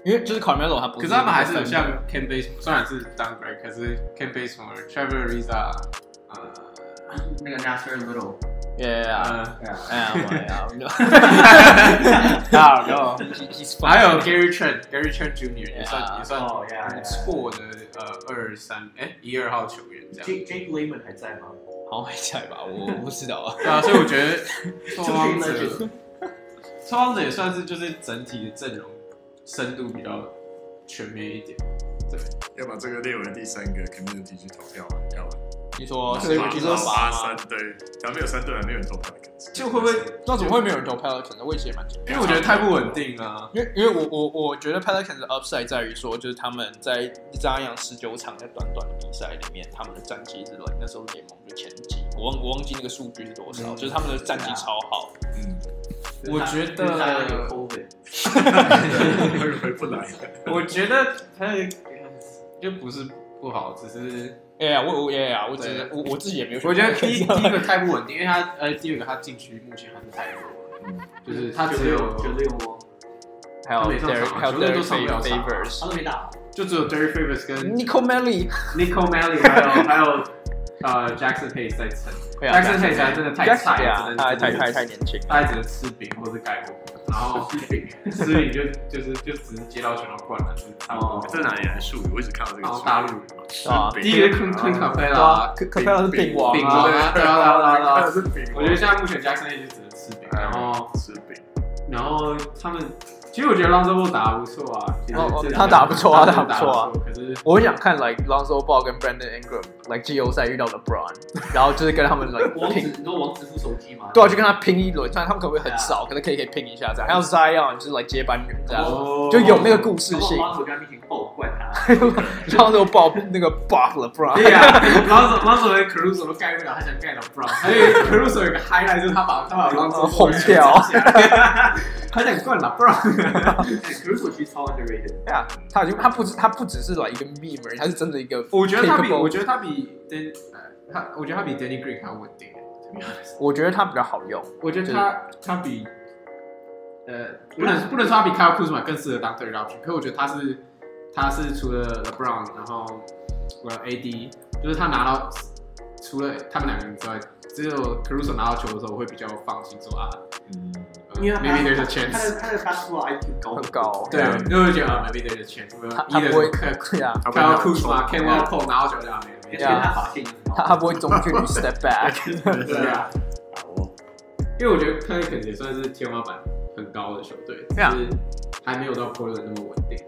因为就是 Carmelo 他不
嗯可是他们还是有
分
像 Ken Base，虽然是 downgrade，可是 Ken Base 从 Trevor Ariza，呃
那个 Nasir Little，
Yeah，
呃，
对啊，
哎呀， 啊，然后
还有 Gary Trent，Gary Trent Jr. 也算
Yeah
也算
哦，yeah，yeah，yeah
不啊错的呃二三哎一二号球员这样。
Jake Jake Layman 还在吗？
好还在吧？我我不知道啊。
对啊，所以我觉得拓荒
这是 一
者，拓荒者也算是就是整体的阵容深度比较全面一点。
要把这个列为第三个 community 去投票，啊要
你说
所
所
以
以
我
我
就
就
说
说
八
八
三，对，然后没有三队，还没有人投票的可能性，
就会不会？
那怎么会没有人投 Pelicans？呢位置也蛮紧
因为我觉得太不稳定啊。
因为因为我我我觉得 Pelicans 的 upside 在于说，就是他们在扎样十九场在短短的比赛里面，他们的战绩是那时候联盟就前几，我忘我忘记那个数据是多少，
嗯
就是他们的战绩超好。
嗯，
我觉得
就是大家有 COVID，
会回不来。
我觉得他就不是不好，只是
哎呀，我我哎呀，我只是
对
我我自己也没有选
我觉得
Pelicans。
第一第一个太不稳定，因为他呃第二个他禁区目前还是太弱了，就是他只有
九六哦，
还有
他每上
Derek
场
还有
球队
Derek
都上不了场
Favors
他。都没打，
就只有 Derry Favors 跟
Nico Melly，
Nico Melly 还有还有呃 Jackson Hayes 在撑，Jackson Hayes 还真的太菜了，只能
太太太太年轻了。
大家只能吃饼或是盖锅，然后吃饼就就是就只是接到球然后灌篮，就是差不多
哦。
这哪里来的术语？我一直看到这个
然后
术
大陆人
语。
嘛，
是
啊
北
第一个是 Clint Clint
对啊
Capella，
可可 p e l 是
饼
饼王
饼
啊
王。啊，对啊对啊对啊对啊。
是饼王，
我觉得现在目前 Jackson Hayes 就只能吃饼，然
哎
后
是饼，
然后他们其实我觉得 Lonzo Ball 打得不错啊，其实
哦哦
这两个
他打不错啊打
他
不错啊
打得不错，可是
我很想看 like Lonzo Ball 跟 Brandon Ingram like 季后赛遇到 LeBron，然后就是跟他们 like
王子，
拼，
你说王子付手机吗？
对啊，就跟他拼一轮，虽然他们可能会很少，可是可以可以拼一下这样。还有 Zion 就是 like 接班人这样，
哦
就有那个故事 性。
王子跟他面前爆灌他，
Lonzo Ball 那个 buff LeBron，
对呀， 然后然后什么 Caruso 都盖不了，他想盖了 Brown，而且 Caruso 有个 highlight 就是他把他把
哦
Lonzo
红掉，
他想灌了 Brown，
可是我其实超 underrated，
对啊，他已经他不只他不只是 like 一个 meme，而已他是真的一个。
我觉得他比
Capable
我觉得他比 Dan 呃他我觉得他比 Danny Green 还稳定。to be honest
我觉得他比较好用，
我觉得他他比呃不能不能说他比 Kyle Kuzma 更适合当 third option，可我觉得他是他是除了 LeBron，然后我 AD，就是他拿到除了他们两个人之外，只有 Caruso 拿到球的时候，我会比较放心说啊，
嗯，
呃
因为
maybe there's a
他
chance，
的他的 basketball IQ 高
很高。
对，因为我觉得啊 maybe there's a chance，
他他不会
either
对啊，
他不会
Kyle
拿球
Kuzma、Ken w a l p o 拿到球就啊
而
maybe
且他发现很
他
高，
他不会中距离 step back。
对啊。
好哦，
因为我觉得 Pelicans 也算是天花板很高的球队，
对啊
就是还没有到 Portland 那么稳定。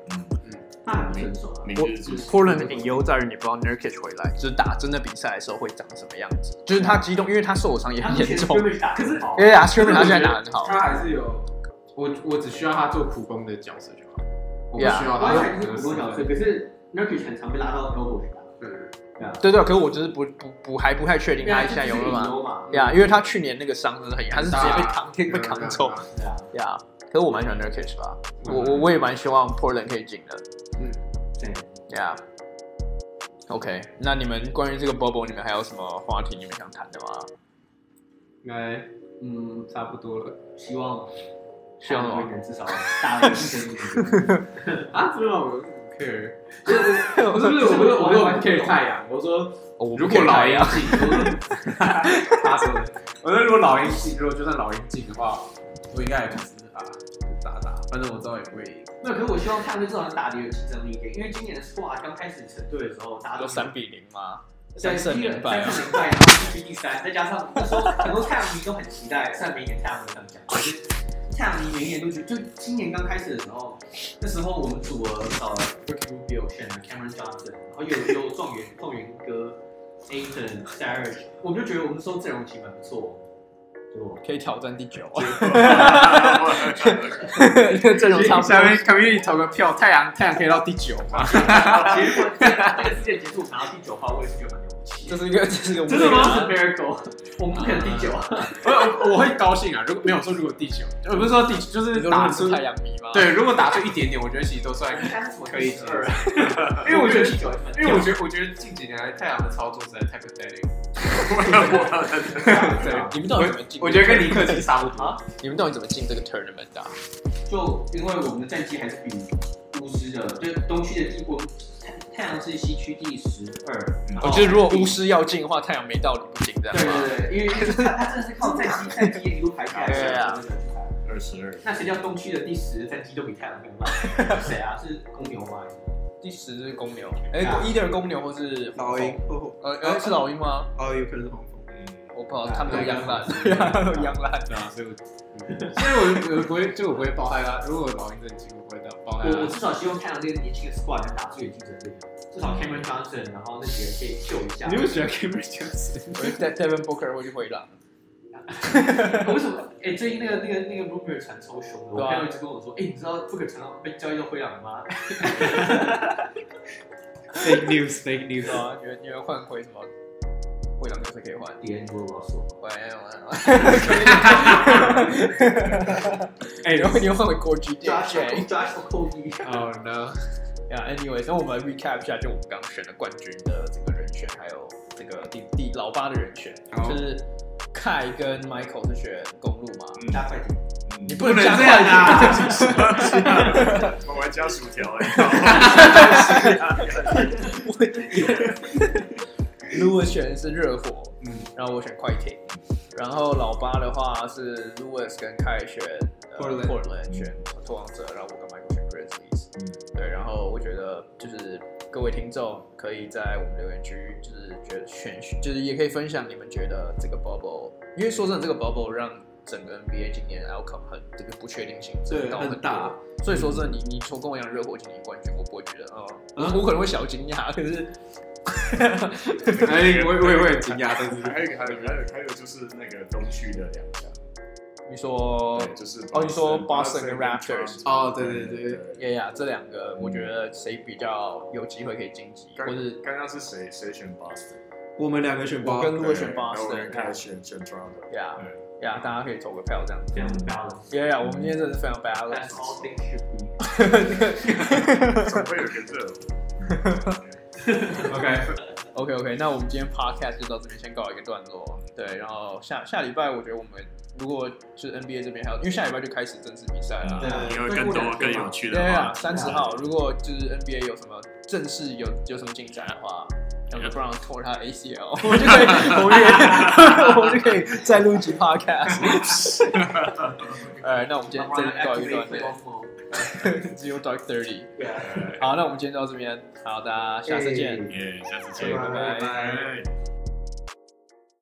他很成熟啊。
明
我
日之星
Portland 的隐忧在于你不知道 Nurkic 回来，就是打真的比赛的时候会长什么样子。就是他激动，因为他受伤也
他
很
目
严
前
重。
scrimmage 打得 很好
因为 a s h e r m a n 他现在打得很好，
他还是有我，我只需要他做苦工的角色就好，我不需
Yeah
要
我
他
也是很多角色，可是 Nurkic 很常被拉到 elbow 去打，
嗯
对啊，
对对，可是我就是不不不还不太确
啊
定他现在有没有办法。
嘛？
呀，因为他去年那个伤真的很严，他是直接被扛被扛走。
对啊，
呀，可是我蛮喜欢 Nurkic 吧，
嗯
我我我也蛮希望 Portland 可以进的。
对，
呀， OK，那你们关于这个 bubble，你们还有什么话题你们想谈的吗？
应该嗯差不多了。
希望
希望哦
能至少大于一生 一个。
啊，不知道我不 care，不是不是，我不是我不是我不 care 太阳，我说
哦我
如果老
一
鹰进， 他说的，我说如果老鹰进，如果就算老鹰进的话，我应该也就是啊打打，反正我知道也不会赢。
没有，可是我希望下次至少能打的有竞争力一点，因为今年的 squad 刚开始成队的时候，大家
都
都
三比零吗？
对
三胜
第一个
零败啊
三！胜零败，然后第第三，再加上那时候很多太阳迷都很期待，虽然每一年太阳迷这样讲，可是太阳迷每一年都觉得，就今年刚开始的时候，那时候我们组了找了 Ricky Rubio、选了 Cameron Johnson，然后又有状元状元哥 Aiton、s a r g e 我们就觉得我们那时候阵容其实蛮不错，就
可以挑战第九，啊
对
阵容差不多
下。面 community 投个票，太阳太阳可以到第九吗？
结果这个这个世界结束拿到第九号，我也是觉得蛮牛逼。
这是一个，这是一个啊
真的吗？是
未来
miracle，我们不可能第九啊。
我我我会高兴啊！如果没有说如果第九，我不是说第九，就
你
是
说
打
打
出
出太阳迷吗？，
对，如果打出一点点，我觉得其实都算
应该是我
可以
第二，
因为我觉得
第九还蛮
因为我觉得，我觉得近几年来太阳的操作实在太 pathetic。
对
你们到底怎么进？
我觉得跟尼克其实差不
啊
多。哦
你们到底怎么进这个 tournament 的啊？
就因为我们的战绩还是比巫师的，就是东区的第我们太太阳是西区第十二，然后
我觉得如果巫师要进的话，太阳没道理不进，这
对
样啊吗？
对对，因为他真的是靠战绩战绩一路排起来
对
的
啊
那个去排。
二十二，
那谁叫东区的第十战绩都比太阳更慢？谁啊？是公牛吗？
第十是公牛，哎
啊，
一定是公牛或是
老鹰，哦
呃，呃，是老鹰吗？
哦，有可能是黄蜂。
我不知道，他们都
对
养烂，对啊，都养烂。
对啊，所以我，所以我我不会，就我不会爆嗨啦。如果老鹰真进，我不会爆
嗯
爆嗨
呃我我
啦。
至少希望太阳这个年轻的 squad 能打出有竞争力，
嗯
至少 Cameron Johnson，然后那几个可以秀一下
你。会喜欢 Cameron Johnson？
我觉得 Devin Booker 会去回答，
为什么？哎、最近那个那个那个 rumor 传超凶的，我
对啊
朋友一直跟我说，哎、你知道不可传到被交易到灰狼吗？
Fake news，fake
对啊，你们你们换回什么？灰狼就是可以换，
别人如果说，
回来用
哎
然后你又换回国 G
抓
DJ。
谁？抓手扣一。
，Oh no！
呀、a n y w a y s 那我们 recap 一下，就我们刚选的冠军的这个人选，还有这个第第老八的人选，
好
就是凯跟 Michael 是选公路嘛？
加快点，
你
你
不能加
嗯这
快
样
一
啊！
我还加薯条哎，
点。Lewis 选的是热火，
嗯
然后我选快艇，然后老八的话是 Lewis 跟凯选呃
Portland
Portland 选拓荒者，然后我跟 Michael 选 Grizzlies。
嗯
对，然后我觉得就是各位听众可以在我们留言区，就是觉得选，就是也可以分享你们觉得这个 bubble，因为说真的，这个 bubble 让整个 NBA 今年 outcome 很这个不确定性增
对
高
很
很
大
多，所以说真的，你你说跟我一样热火今年冠军，我不会觉得哦，我我可能会小惊讶，可是
哎，我我也会很惊讶，但是
还有一个还有一个还有一个还有就是那个东区的两家，
你说
对，就是
哦你说 Boston 跟 Raptors
哦对对对对
耶呀这两个，我觉得谁比较有机会可以晋级，
刚
或是
刚刚是谁谁选 Boston？
我们两个选
我
八，
跟如果选
对然后我
Boston，
跟凯选选 Toronto，
呀
对。
呀，大家可以投个票这样子。
这样子 balance。
呀呀，我们今天真的是非常 balance
That's。all things should be。
总会有一个热火。
OK，
OK OK，那我 们今天 podcast 就到这边先告一个段落。对，然后下下礼拜我觉得我们如果就是 NBA 这边还有，因为下礼拜就开始正式比赛了。
对
嗯你有更多更有趣的
对
话
啊，，三十号，如果就是 NBA 有什么正式有有什么进展的话，让
Yeah.
LeBron 拖他 ACL，我 们就可以，我们就可以，我们就可以再录一集 podcast。呃，那我们今天这边告一段 落，只有 Dark Thirty。
对啊。
好，那我们今天就到这边，好，大家下次见。
耶，下次
哎
见，
拜拜
拜。